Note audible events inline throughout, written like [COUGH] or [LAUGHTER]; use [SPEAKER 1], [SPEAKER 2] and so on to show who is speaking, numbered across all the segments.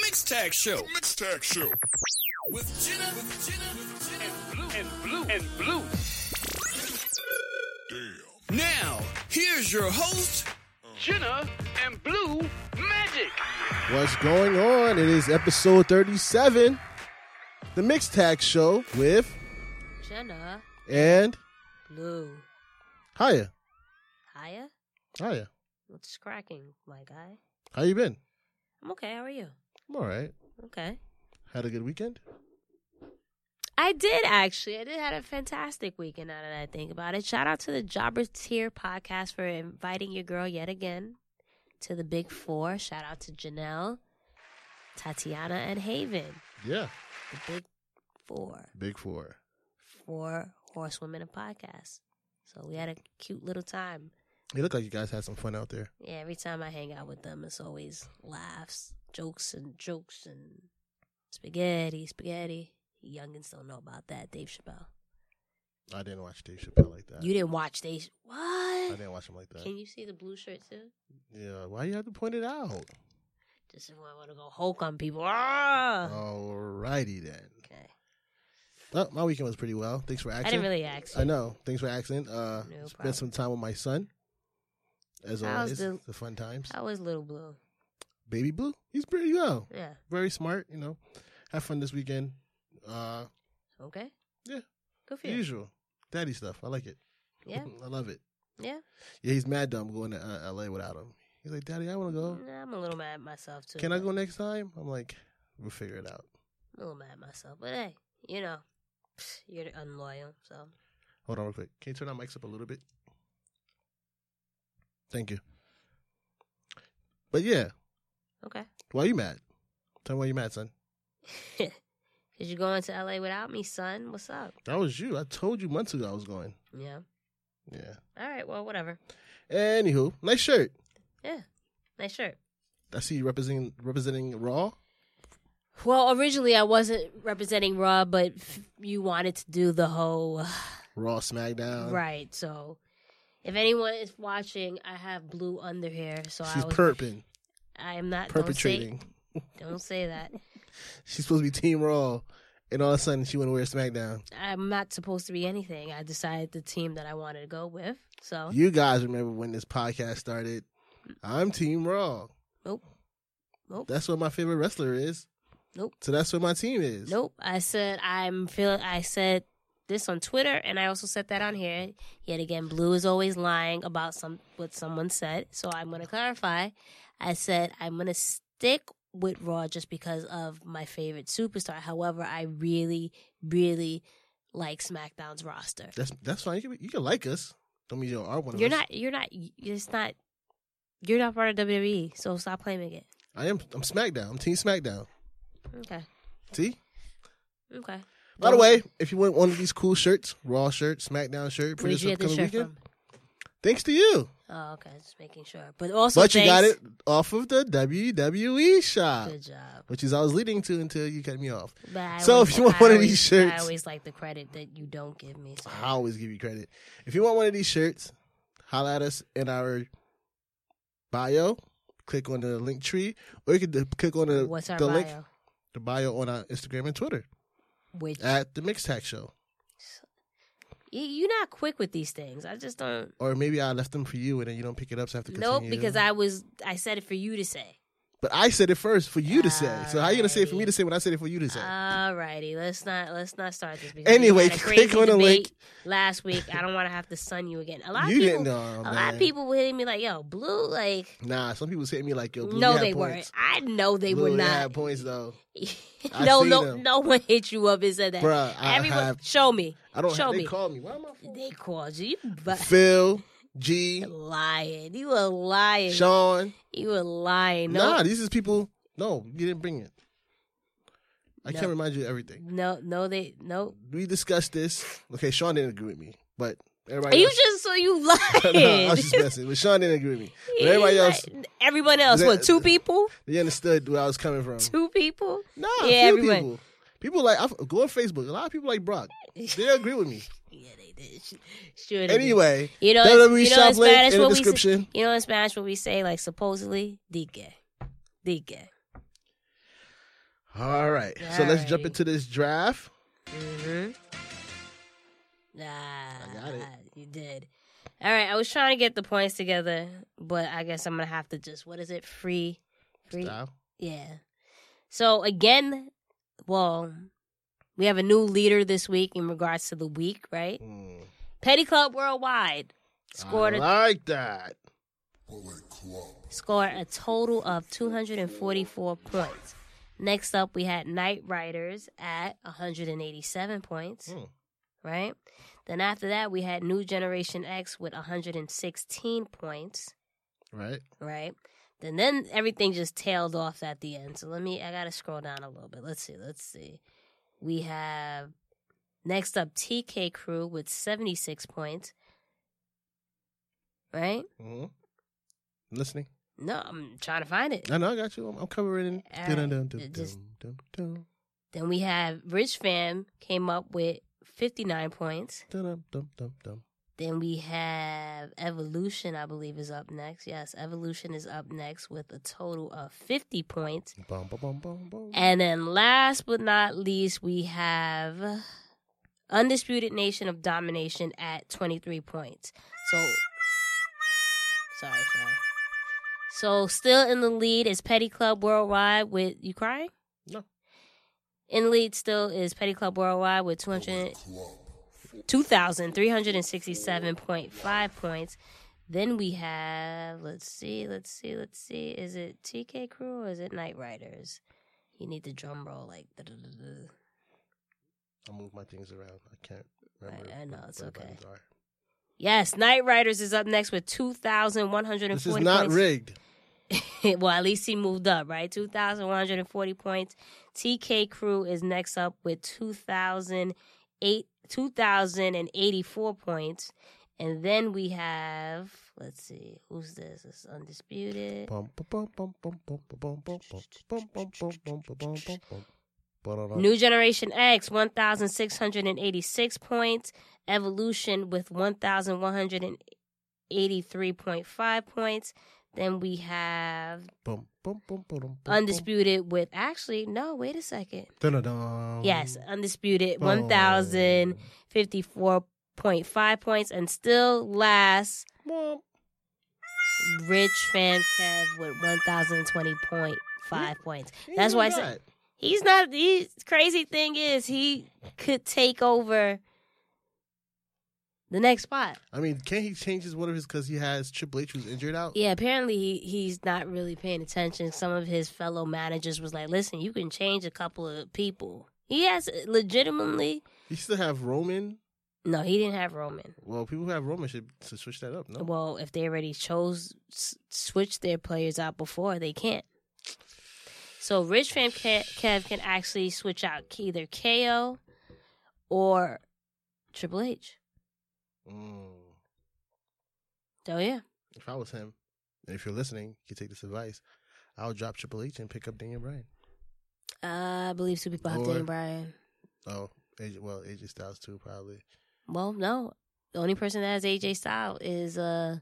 [SPEAKER 1] Mixtag Show.
[SPEAKER 2] Mixtag Show.
[SPEAKER 1] With Jenna, with Jenna, with Jenna, and Blue, and Blue, and Blue. Damn. Now, here's your host, Jenna and Blue Magic.
[SPEAKER 3] What's going on? It is episode 37, the Mixtag Show with
[SPEAKER 4] Jenna
[SPEAKER 3] and
[SPEAKER 4] Blue.
[SPEAKER 3] Hiya.
[SPEAKER 4] Hiya?
[SPEAKER 3] Hiya.
[SPEAKER 4] What's cracking, my guy?
[SPEAKER 3] How you been?
[SPEAKER 4] I'm okay. How are you?
[SPEAKER 3] I'm all right.
[SPEAKER 4] Okay.
[SPEAKER 3] Had a good weekend?
[SPEAKER 4] I did actually. I did had a fantastic weekend now that I think about it. Shout out to the Jobbers Tier podcast for inviting your girl yet again to the Big Four. Shout out to Janelle, Tatiana, and Haven.
[SPEAKER 3] Yeah.
[SPEAKER 4] The Big Four.
[SPEAKER 3] Big four.
[SPEAKER 4] Four horsewomen of podcasts. So we had a cute little time.
[SPEAKER 3] You look like you guys had some fun out there.
[SPEAKER 4] Yeah, every time I hang out with them, it's always laughs, jokes, and jokes, and spaghetti, spaghetti. Youngins don't know about that, Dave Chappelle.
[SPEAKER 3] I didn't watch Dave Chappelle like that.
[SPEAKER 4] You didn't watch Dave.
[SPEAKER 3] I
[SPEAKER 4] What?
[SPEAKER 3] didn't watch him like that.
[SPEAKER 4] Can you see the blue shirt too?
[SPEAKER 3] yeah. Why you have to point it out?
[SPEAKER 4] Just if I want to go Hulk on people. Ah!
[SPEAKER 3] Alrighty then.
[SPEAKER 4] Okay.
[SPEAKER 3] Well, my weekend was pretty well. Thanks for asking.
[SPEAKER 4] I didn't really ask.
[SPEAKER 3] I know. Thanks for asking. Uh,
[SPEAKER 4] No
[SPEAKER 3] spent
[SPEAKER 4] problem.
[SPEAKER 3] some time with my son. As
[SPEAKER 4] How's
[SPEAKER 3] always,
[SPEAKER 4] the-
[SPEAKER 3] the fun times.
[SPEAKER 4] How was Little Blue?
[SPEAKER 3] Baby Blue, he's pretty well.
[SPEAKER 4] Yeah.
[SPEAKER 3] Very smart. You know, have fun this weekend. Uh,
[SPEAKER 4] Okay.
[SPEAKER 3] Yeah.
[SPEAKER 4] Good for
[SPEAKER 3] the
[SPEAKER 4] you.
[SPEAKER 3] usual, daddy stuff. I like it.
[SPEAKER 4] Yeah.
[SPEAKER 3] [LAUGHS] I love it.
[SPEAKER 4] Yeah.
[SPEAKER 3] Yeah, he's mad dumb going to uh, L.A. without him. He's like, Daddy, I want to go.
[SPEAKER 4] Nah, I'm a little mad at myself too.
[SPEAKER 3] Can I
[SPEAKER 4] but-
[SPEAKER 3] go next time? I'm like, we'll figure it out.
[SPEAKER 4] I'm a little mad at myself, but hey, you know, you're unloyal, so
[SPEAKER 3] Hold on, real quick. Can you turn our mics up a little bit? Thank you. But yeah,
[SPEAKER 4] okay.
[SPEAKER 3] why you mad? Tell me why you mad, son.
[SPEAKER 4] Cause you're going to LA without me, son. What's up?
[SPEAKER 3] That was you. I told you months ago I was going.
[SPEAKER 4] Yeah.
[SPEAKER 3] Yeah.
[SPEAKER 4] All right. Well, whatever.
[SPEAKER 3] Anywho, nice shirt.
[SPEAKER 4] Yeah. Nice shirt.
[SPEAKER 3] I see you representing representing Raw.
[SPEAKER 4] Well, originally I wasn't representing Raw, but f- you wanted to do the whole [SIGHS]
[SPEAKER 3] Uh-huh. Raw SmackDown.
[SPEAKER 4] right. So, if anyone is watching, I have blue under here, so
[SPEAKER 3] She's
[SPEAKER 4] I was.
[SPEAKER 3] perping,
[SPEAKER 4] I am not
[SPEAKER 3] perpetrating.
[SPEAKER 4] Don't say, don't say that.
[SPEAKER 3] She's supposed to be Team Raw, and all of a sudden she want to wear SmackDown.
[SPEAKER 4] I'm not supposed to be anything. I decided the team that I wanted to go with. So
[SPEAKER 3] You guys remember when this podcast started? I'm Team Raw.
[SPEAKER 4] Nope. Nope.
[SPEAKER 3] That's what my favorite wrestler is.
[SPEAKER 4] Nope.
[SPEAKER 3] So that's what my team is.
[SPEAKER 4] Nope. I said I'm feeling. I said this on Twitter, and I also said that on here. Yet again, Blue is always lying about some what someone said. So I'm going to clarify. I said I'm going to stick with Raw just because of my favorite superstar. However, I really, really like SmackDown's roster.
[SPEAKER 3] That's that's fine. You can, you can like us. Don't mean you are one of
[SPEAKER 4] You're
[SPEAKER 3] us.
[SPEAKER 4] not. You're not. It's not. You're not part of WWE, so stop claiming it.
[SPEAKER 3] I am. I'm SmackDown. I'm Team SmackDown.
[SPEAKER 4] Okay.
[SPEAKER 3] See.
[SPEAKER 4] Okay.
[SPEAKER 3] By the way, if you want one of these cool shirts, Raw shirt, SmackDown shirt, for
[SPEAKER 4] where did
[SPEAKER 3] this
[SPEAKER 4] you get this
[SPEAKER 3] upcoming
[SPEAKER 4] shirt
[SPEAKER 3] weekend,
[SPEAKER 4] from?
[SPEAKER 3] thanks to you.
[SPEAKER 4] Oh, okay. Just making sure. But also,
[SPEAKER 3] but you got
[SPEAKER 4] thanks-
[SPEAKER 3] it off of the WWE shop,
[SPEAKER 4] Good job.
[SPEAKER 3] which is I was leading to until you cut me off.
[SPEAKER 4] But I
[SPEAKER 3] So
[SPEAKER 4] always-
[SPEAKER 3] if you want one of
[SPEAKER 4] I
[SPEAKER 3] these
[SPEAKER 4] always- I
[SPEAKER 3] shirts-
[SPEAKER 4] always like the credit that you don't give me. So.
[SPEAKER 3] I always give you credit. If you want one of these shirts, holla at us in our bio. Click on the link tree, or you can d- click on the
[SPEAKER 4] What's our
[SPEAKER 3] the
[SPEAKER 4] bio?
[SPEAKER 3] link, the bio on our Instagram and Twitter
[SPEAKER 4] Which
[SPEAKER 3] at the Mixtac Show.
[SPEAKER 4] you, you're not quick with these things. I just don't.
[SPEAKER 3] Or maybe I left them for you, and then you don't pick it up. So I have to continue.
[SPEAKER 4] Nope, because I was I said it for you to say.
[SPEAKER 3] But I said it first for you to say. So how you gonna say it for me
[SPEAKER 4] Alrighty.
[SPEAKER 3] to say when I said it for you to say?
[SPEAKER 4] Uh, Alrighty, let's not let's not start this. Because
[SPEAKER 3] Anyway,
[SPEAKER 4] we had a crazy
[SPEAKER 3] click on the
[SPEAKER 4] debate
[SPEAKER 3] link.
[SPEAKER 4] last week. I don't want to have to sun you again. A lot
[SPEAKER 3] you
[SPEAKER 4] of people,
[SPEAKER 3] didn't know.
[SPEAKER 4] a lot of people were hitting me like, "Yo, blue, like."
[SPEAKER 3] Nah, some people was hitting me like, "Yo, Blue,
[SPEAKER 4] no,
[SPEAKER 3] you had
[SPEAKER 4] they weren't.
[SPEAKER 3] points.
[SPEAKER 4] I know they
[SPEAKER 3] Blue,
[SPEAKER 4] were
[SPEAKER 3] you
[SPEAKER 4] not.
[SPEAKER 3] had points though, I
[SPEAKER 4] [LAUGHS] no,
[SPEAKER 3] seen
[SPEAKER 4] no,
[SPEAKER 3] them.
[SPEAKER 4] no one hit you up and said that.
[SPEAKER 3] Bruh, I
[SPEAKER 4] Everyone,
[SPEAKER 3] have-
[SPEAKER 4] show me.
[SPEAKER 3] I don't.
[SPEAKER 4] show
[SPEAKER 3] have,
[SPEAKER 4] me.
[SPEAKER 3] They called me. Why am I? f-
[SPEAKER 4] They called you. You bu-
[SPEAKER 3] Phil, G,
[SPEAKER 4] lying. You a lying.
[SPEAKER 3] Sean.
[SPEAKER 4] You a lying. No,
[SPEAKER 3] Nah, these is people. No, you didn't bring it. I
[SPEAKER 4] No.
[SPEAKER 3] can't remind you of everything.
[SPEAKER 4] no, no. They no.
[SPEAKER 3] We discussed this. Okay, Sean didn't agree with me, but
[SPEAKER 4] Are
[SPEAKER 3] everybody.
[SPEAKER 4] you
[SPEAKER 3] else, [LAUGHS]
[SPEAKER 4] just so you
[SPEAKER 3] no,
[SPEAKER 4] lying?
[SPEAKER 3] I
[SPEAKER 4] [LAUGHS]
[SPEAKER 3] was just messing. But Sean didn't agree with me. But everybody
[SPEAKER 4] You
[SPEAKER 3] else,
[SPEAKER 4] lying. Everyone else. What?
[SPEAKER 3] That-
[SPEAKER 4] Two people?
[SPEAKER 3] they understood where I was coming
[SPEAKER 4] [LAUGHS]
[SPEAKER 3] from.
[SPEAKER 4] Two people?
[SPEAKER 3] Nah,
[SPEAKER 4] Yeah,
[SPEAKER 3] few
[SPEAKER 4] everyone.
[SPEAKER 3] people. People like I, go on Facebook. A lot of people like
[SPEAKER 4] [LAUGHS]
[SPEAKER 3] Brock. They agree with me.
[SPEAKER 4] Yeah, they did. Sh- Sure. they did.
[SPEAKER 3] Anyway,
[SPEAKER 4] You know,
[SPEAKER 3] WWE
[SPEAKER 4] you know
[SPEAKER 3] shop
[SPEAKER 4] in
[SPEAKER 3] link
[SPEAKER 4] Spanish
[SPEAKER 3] in the
[SPEAKER 4] what we say-
[SPEAKER 3] description.
[SPEAKER 4] you know in Spanish what we say like supposedly dique, dique.
[SPEAKER 3] All right. so let's jump
[SPEAKER 4] Alrighty.
[SPEAKER 3] into this draft.
[SPEAKER 4] Mm-hmm. Ah,
[SPEAKER 3] I got it.
[SPEAKER 4] You did. All right, I was trying to get the points together, but I guess I'm gonna have to just what is it? Free, free.
[SPEAKER 3] Style.
[SPEAKER 4] Yeah. So again, well, we have a new leader this week in regards to the week, right?
[SPEAKER 3] Mm.
[SPEAKER 4] Petty Club Worldwide scored
[SPEAKER 3] I
[SPEAKER 4] a,
[SPEAKER 3] like that.
[SPEAKER 4] scored a total of 244 points. Next up, we had Knight Riders at 187 points,
[SPEAKER 3] Hmm.
[SPEAKER 4] right? Then after that, we had New Generation X with 116 points,
[SPEAKER 3] Right.
[SPEAKER 4] right? Then then everything just tailed off at the end. So let me I gotta scroll down a little bit. Let's see, let's see. We have next up TK Crew with 76 points, right?
[SPEAKER 3] hmm Listening.
[SPEAKER 4] No, I'm trying to find it.
[SPEAKER 3] I know. I got you. I'm, I'm covering.
[SPEAKER 4] All
[SPEAKER 3] it.
[SPEAKER 4] right.
[SPEAKER 3] Dun, dun, dun,
[SPEAKER 4] Eh, It just-
[SPEAKER 3] dun, dun, dun,
[SPEAKER 4] Then we have Rich Fam came up with 59 points.
[SPEAKER 3] dun, dun, dun, dun, dun.
[SPEAKER 4] Then we have Evolution, I believe, is up next. Yes, Evolution is up next with a total of 50 points.
[SPEAKER 3] Bum, bum, bum, bum, bum.
[SPEAKER 4] And then last but not least, we have Undisputed Nation of Domination at 23 points. So, sorry, sorry. So, still in the lead is Petty Club Worldwide with, you crying?
[SPEAKER 3] No.
[SPEAKER 4] In lead still is Petty Club Worldwide with 200 2,367.5 points. Then we have, let's see, let's see, let's see. Is it TK Crew or is it Knight Riders? You need the drum roll, like. da-da-da-da.
[SPEAKER 3] I move my things around. I can't remember.
[SPEAKER 4] I- I know, it's
[SPEAKER 3] what the
[SPEAKER 4] okay.
[SPEAKER 3] buttons are.
[SPEAKER 4] Yes, Knight Riders is up next with 2,140
[SPEAKER 3] This is not
[SPEAKER 4] points.
[SPEAKER 3] rigged.
[SPEAKER 4] [LAUGHS] well, at least he moved up, right? 2,140 points. TK Crew is next up with 2,008, 2,084 points. And then we have, let's see, who's this? It's Undisputed.
[SPEAKER 3] Bum, bum, bum, bum, bum, bum, bum, bum, bum, bum, bum, bum, bum, bum, bum, bum, bum. Ba-da-da.
[SPEAKER 4] New Generation X, 1,686 points. Evolution with 1,183.5 points. Then we have
[SPEAKER 3] Bum, bum, bum, ba-dum, bum, bum.
[SPEAKER 4] Undisputed with, actually, no, wait a second.
[SPEAKER 3] Dun-dun-dun.
[SPEAKER 4] Yes, undisputed.
[SPEAKER 3] Boom.
[SPEAKER 4] 1,054.5 points. And still last,
[SPEAKER 3] Bum.
[SPEAKER 4] Rich Fam Kev with 1,020.5 points.
[SPEAKER 3] He
[SPEAKER 4] That's
[SPEAKER 3] knew
[SPEAKER 4] why I said
[SPEAKER 3] that.
[SPEAKER 4] he's not. He's, crazy thing is, he could take over the next spot.
[SPEAKER 3] I mean, can't he change his one of his because he has Triple H who's injured out?
[SPEAKER 4] Yeah, apparently he, he's not really paying attention. Some of his fellow managers was like, listen, you can change a couple of people. He has legitimately.
[SPEAKER 3] He still have Roman.
[SPEAKER 4] No, he didn't have Roman.
[SPEAKER 3] Well, people who have Roman should, should switch that up. No,
[SPEAKER 4] Well, if they already chose s- switch their players out before, they can't. So Rich Fam Ke- Kev can actually switch out either KO or Triple H.
[SPEAKER 3] Mm.
[SPEAKER 4] So yeah,
[SPEAKER 3] if I was him, and if you're listening, you take this advice. I'll drop Triple H and pick up Daniel Bryan.
[SPEAKER 4] uh, I believe Super Pop
[SPEAKER 3] Or-
[SPEAKER 4] Daniel Bryan.
[SPEAKER 3] Oh, AJ, well, AJ Styles too, probably.
[SPEAKER 4] Well, no, the only person that has AJ Style is uh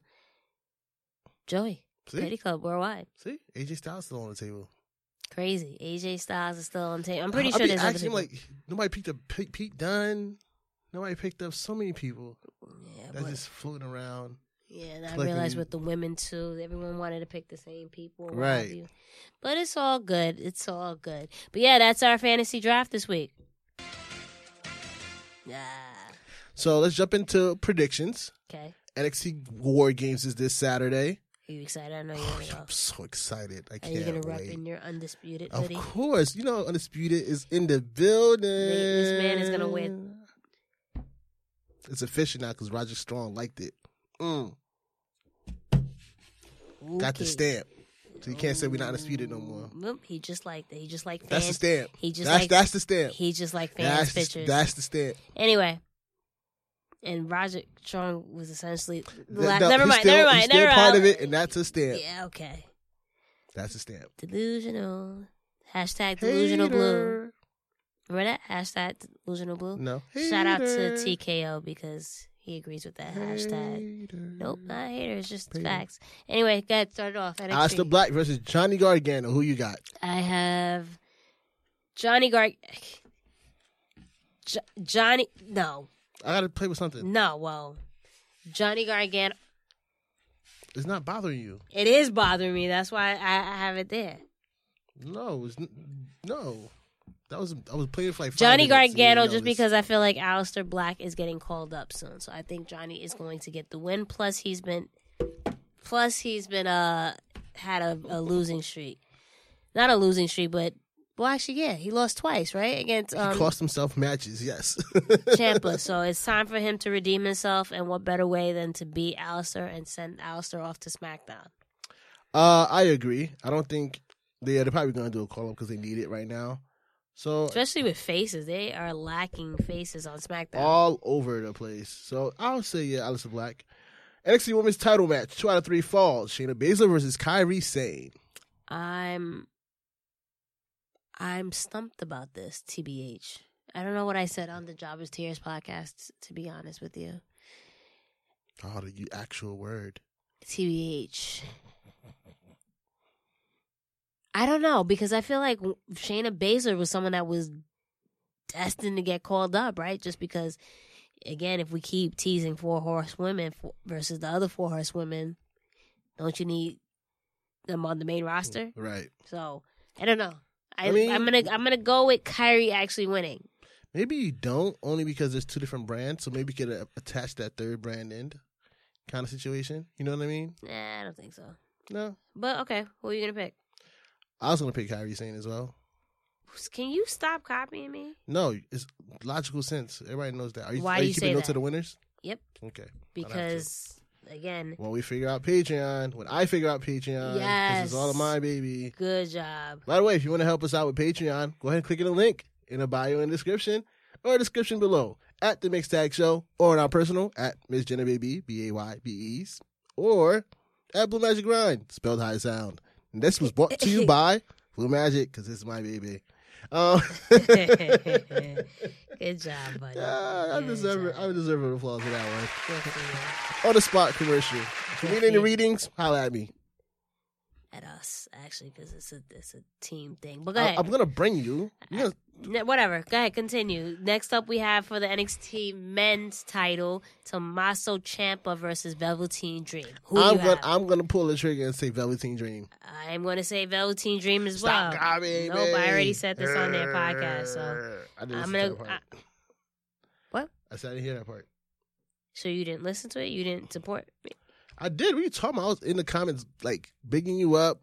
[SPEAKER 4] Joey
[SPEAKER 3] See,
[SPEAKER 4] Petty Club Worldwide.
[SPEAKER 3] see, AJ Styles still on the table.
[SPEAKER 4] Crazy, AJ Styles is still on tape. I'm pretty
[SPEAKER 3] I- I
[SPEAKER 4] sure
[SPEAKER 3] be
[SPEAKER 4] there's other
[SPEAKER 3] asking,
[SPEAKER 4] people.
[SPEAKER 3] like nobody picked up Pete, Pete Dunn. Nobody picked up so many people
[SPEAKER 4] yeah,
[SPEAKER 3] that's
[SPEAKER 4] but-
[SPEAKER 3] just floating around.
[SPEAKER 4] Yeah, and I
[SPEAKER 3] Collecting-
[SPEAKER 4] realized with the women too, everyone wanted to pick the same people, and what
[SPEAKER 3] Right.
[SPEAKER 4] have you. But it's all good. It's all good. But yeah, that's our fantasy draft this week. Yeah.
[SPEAKER 3] So let's jump into predictions.
[SPEAKER 4] Okay.
[SPEAKER 3] NXT War Games is this Saturday.
[SPEAKER 4] Are you excited? I know you're
[SPEAKER 3] Oh,
[SPEAKER 4] gonna
[SPEAKER 3] I'm
[SPEAKER 4] go.
[SPEAKER 3] so excited! I
[SPEAKER 4] Are you gonna
[SPEAKER 3] can't
[SPEAKER 4] rep
[SPEAKER 3] wait.
[SPEAKER 4] in your undisputed
[SPEAKER 3] Of
[SPEAKER 4] hoodie?
[SPEAKER 3] course, you know Undisputed is in the building.
[SPEAKER 4] This man is gonna win.
[SPEAKER 3] It's official now because Roger Strong liked it. Mm, got the
[SPEAKER 4] Okay.
[SPEAKER 3] stamp, so you can't say we're not undisputed no more.
[SPEAKER 4] Nope, He just like he just like fans.
[SPEAKER 3] That's the stamp.
[SPEAKER 4] He just
[SPEAKER 3] that's
[SPEAKER 4] like
[SPEAKER 3] that's the stamp.
[SPEAKER 4] he just like fans
[SPEAKER 3] That's
[SPEAKER 4] pictures.
[SPEAKER 3] that's the stamp.
[SPEAKER 4] Anyway. And Roger Strong was essentially
[SPEAKER 3] Th-
[SPEAKER 4] la-
[SPEAKER 3] no,
[SPEAKER 4] never
[SPEAKER 3] he's
[SPEAKER 4] mind,
[SPEAKER 3] still-
[SPEAKER 4] never
[SPEAKER 3] he's
[SPEAKER 4] mind,
[SPEAKER 3] still
[SPEAKER 4] never mind.
[SPEAKER 3] part of it, and that's a stamp.
[SPEAKER 4] Yeah, okay.
[SPEAKER 3] That's a stamp.
[SPEAKER 4] Delusional. Hashtag delusional blue.
[SPEAKER 3] Hater.
[SPEAKER 4] Remember that? Hashtag delusional blue.
[SPEAKER 3] No.
[SPEAKER 4] Shout out to
[SPEAKER 3] Hater.
[SPEAKER 4] TKO because he agrees with that hashtag.
[SPEAKER 3] Hater.
[SPEAKER 4] Nope, not hater. It's just
[SPEAKER 3] Hater.
[SPEAKER 4] facts. Anyway, go ahead. Start it off. NXT.
[SPEAKER 3] Alistair Black versus Johnny Gargano. Who you got?
[SPEAKER 4] I have Johnny Gar. Jo- Johnny, no,
[SPEAKER 3] I gotta play with something.
[SPEAKER 4] no, well, Johnny Gargano.
[SPEAKER 3] It's not bothering you.
[SPEAKER 4] It is bothering me. That's why I, I have it there.
[SPEAKER 3] No, it's n- no. That was I was playing for like five
[SPEAKER 4] Johnny
[SPEAKER 3] minutes and you
[SPEAKER 4] Gargano,
[SPEAKER 3] didn't
[SPEAKER 4] just
[SPEAKER 3] notice.
[SPEAKER 4] because I feel like Aleister Black is getting called up soon, so I think Johnny is going to get the win. Plus, he's been, plus he's been uh had a, a losing streak, not a losing streak, but well, actually, yeah, he lost twice, right, against
[SPEAKER 3] he
[SPEAKER 4] um,
[SPEAKER 3] [LAUGHS] cost himself matches. Yes, [LAUGHS]
[SPEAKER 4] Champa. So it's time for him to redeem himself, and what better way than to beat Aleister and send Aleister off to SmackDown?
[SPEAKER 3] uh, I agree. I don't think they they're probably gonna do a call up because they need it right now. So
[SPEAKER 4] Especially with faces, they are lacking faces on SmackDown.
[SPEAKER 3] all over the place. So I'll say yeah, Alyssa Black. NXT Women's Title match, two out of three falls. Shayna Baszler versus Kyrie Sane.
[SPEAKER 4] I'm I'm stumped about this, TBH. I don't know what I said on the Jobbers Tears podcast, to be honest with you.
[SPEAKER 3] Oh, the you actual word.
[SPEAKER 4] TBH. I don't know because I feel like Shayna Baszler was someone that was destined to get called up, right? Just because, again, if we keep teasing four horsewomen f- versus the other four horsewomen, don't you need them on the main roster?
[SPEAKER 3] Right.
[SPEAKER 4] So I don't know. I,
[SPEAKER 3] I mean-
[SPEAKER 4] I'm gonna I'm gonna go with Kyrie actually winning.
[SPEAKER 3] Maybe you don't, only because there's two different brands. So maybe you could uh, attach that third brand in kind of situation. You know what I mean?
[SPEAKER 4] Nah, I don't think so.
[SPEAKER 3] No.
[SPEAKER 4] But okay, who are you gonna pick?
[SPEAKER 3] I was going to pick Kyrie Sane as well.
[SPEAKER 4] Can you stop copying me?
[SPEAKER 3] No, it's logical sense. Everybody knows that. Are you,
[SPEAKER 4] Why
[SPEAKER 3] are
[SPEAKER 4] do
[SPEAKER 3] you,
[SPEAKER 4] you
[SPEAKER 3] keeping
[SPEAKER 4] say
[SPEAKER 3] notes
[SPEAKER 4] that?
[SPEAKER 3] of the winners?
[SPEAKER 4] Yep,
[SPEAKER 3] Okay.
[SPEAKER 4] because again,
[SPEAKER 3] When we figure out Patreon, when I figure out Patreon, 'cause it's
[SPEAKER 4] Yes.
[SPEAKER 3] all of my baby. [LAUGHS]
[SPEAKER 4] good job. [LAUGHS]
[SPEAKER 3] By the way, if you want to help us out with Patreon, go ahead and click in the link in the bio and description or description below at the Mixed Tag Show or on our personal at Miss Jenna Baby, B A Y B E's, or at Blue Magic Grind, spelled high sound. And this was brought to
[SPEAKER 4] [LAUGHS]
[SPEAKER 3] you by Blue Magic because it's my baby. Um,
[SPEAKER 4] good job, buddy.
[SPEAKER 3] yeah, I
[SPEAKER 4] Good
[SPEAKER 3] deserve it.
[SPEAKER 4] job.
[SPEAKER 3] I deserve an applause for that one.
[SPEAKER 4] Good for you.
[SPEAKER 3] On the spot commercial. If you need any readings, holla at me.
[SPEAKER 4] At us, actually, because it's a it's a team thing. But go
[SPEAKER 3] I,
[SPEAKER 4] ahead.
[SPEAKER 3] I'm gonna bring you. you know,
[SPEAKER 4] Ne- whatever. Go ahead, continue. Next up, we have for the NXT Men's Title, Tommaso Ciampa versus Velveteen Dream. Who do
[SPEAKER 3] I'm
[SPEAKER 4] you
[SPEAKER 3] gonna
[SPEAKER 4] have?
[SPEAKER 3] I'm gonna pull the trigger and say Velveteen Dream.
[SPEAKER 4] I'm going to say Velveteen Dream as
[SPEAKER 3] Stop
[SPEAKER 4] well.
[SPEAKER 3] copying
[SPEAKER 4] nope,
[SPEAKER 3] me.
[SPEAKER 4] I already said this on their podcast. So,
[SPEAKER 3] I didn't
[SPEAKER 4] I'm
[SPEAKER 3] listen to
[SPEAKER 4] gonna-
[SPEAKER 3] that part.
[SPEAKER 4] What?
[SPEAKER 3] I said I didn't hear that part.
[SPEAKER 4] so you didn't listen to it. You didn't support me.
[SPEAKER 3] I did. What are you talking about? I was in the comments, like bigging you up,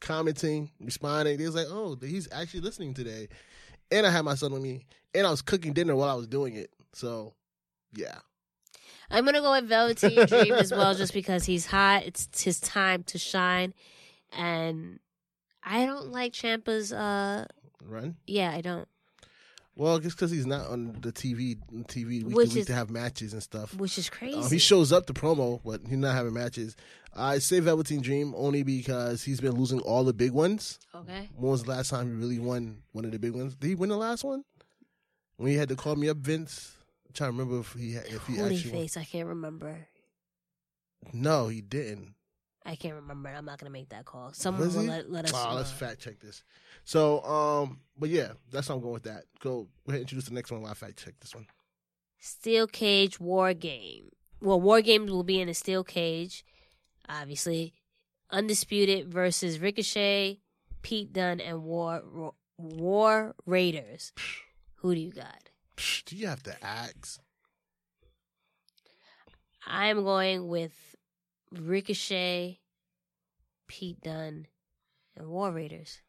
[SPEAKER 3] commenting, responding. They was like, "Oh, he's actually listening today," and I had my son with me, and I was cooking dinner while I was doing it. So, yeah,
[SPEAKER 4] I'm going to go with Velveteen Dream as well, just because he's hot. It's his time to shine, and I don't like Champa's. Uh,
[SPEAKER 3] run.
[SPEAKER 4] yeah, I don't.
[SPEAKER 3] Well, just because he's not on the TV, TV week
[SPEAKER 4] Which
[SPEAKER 3] to week
[SPEAKER 4] is-
[SPEAKER 3] to have matches and stuff.
[SPEAKER 4] Which is crazy.
[SPEAKER 3] Um, he shows up to promo, but he's not having matches. I say Velveteen Dream only because he's been losing all the big ones.
[SPEAKER 4] okay.
[SPEAKER 3] When was the last time he really won one of the big ones? Did he win the last one? When he had to call me up, Vince. I'm trying to remember if he had, if he
[SPEAKER 4] Holy
[SPEAKER 3] actually. won.
[SPEAKER 4] face, I can't remember.
[SPEAKER 3] No, he didn't.
[SPEAKER 4] I can't remember. I'm not gonna make that call. Someone
[SPEAKER 3] Was
[SPEAKER 4] will
[SPEAKER 3] he?
[SPEAKER 4] let, let us.
[SPEAKER 3] Wow,
[SPEAKER 4] know.
[SPEAKER 3] let's fact check this. So, um, but yeah, that's how I'm going with that. Go, go ahead and introduce the next one while I fact check this one.
[SPEAKER 4] Steel cage war game. Well, war games will be in a steel cage, obviously. Undisputed versus Ricochet, Pete Dunne, and War Ro- War Raiders. Who do you got?
[SPEAKER 3] Psh, do you have to ask?
[SPEAKER 4] I'm going with Ricochet, Pete Dunne, and War Raiders.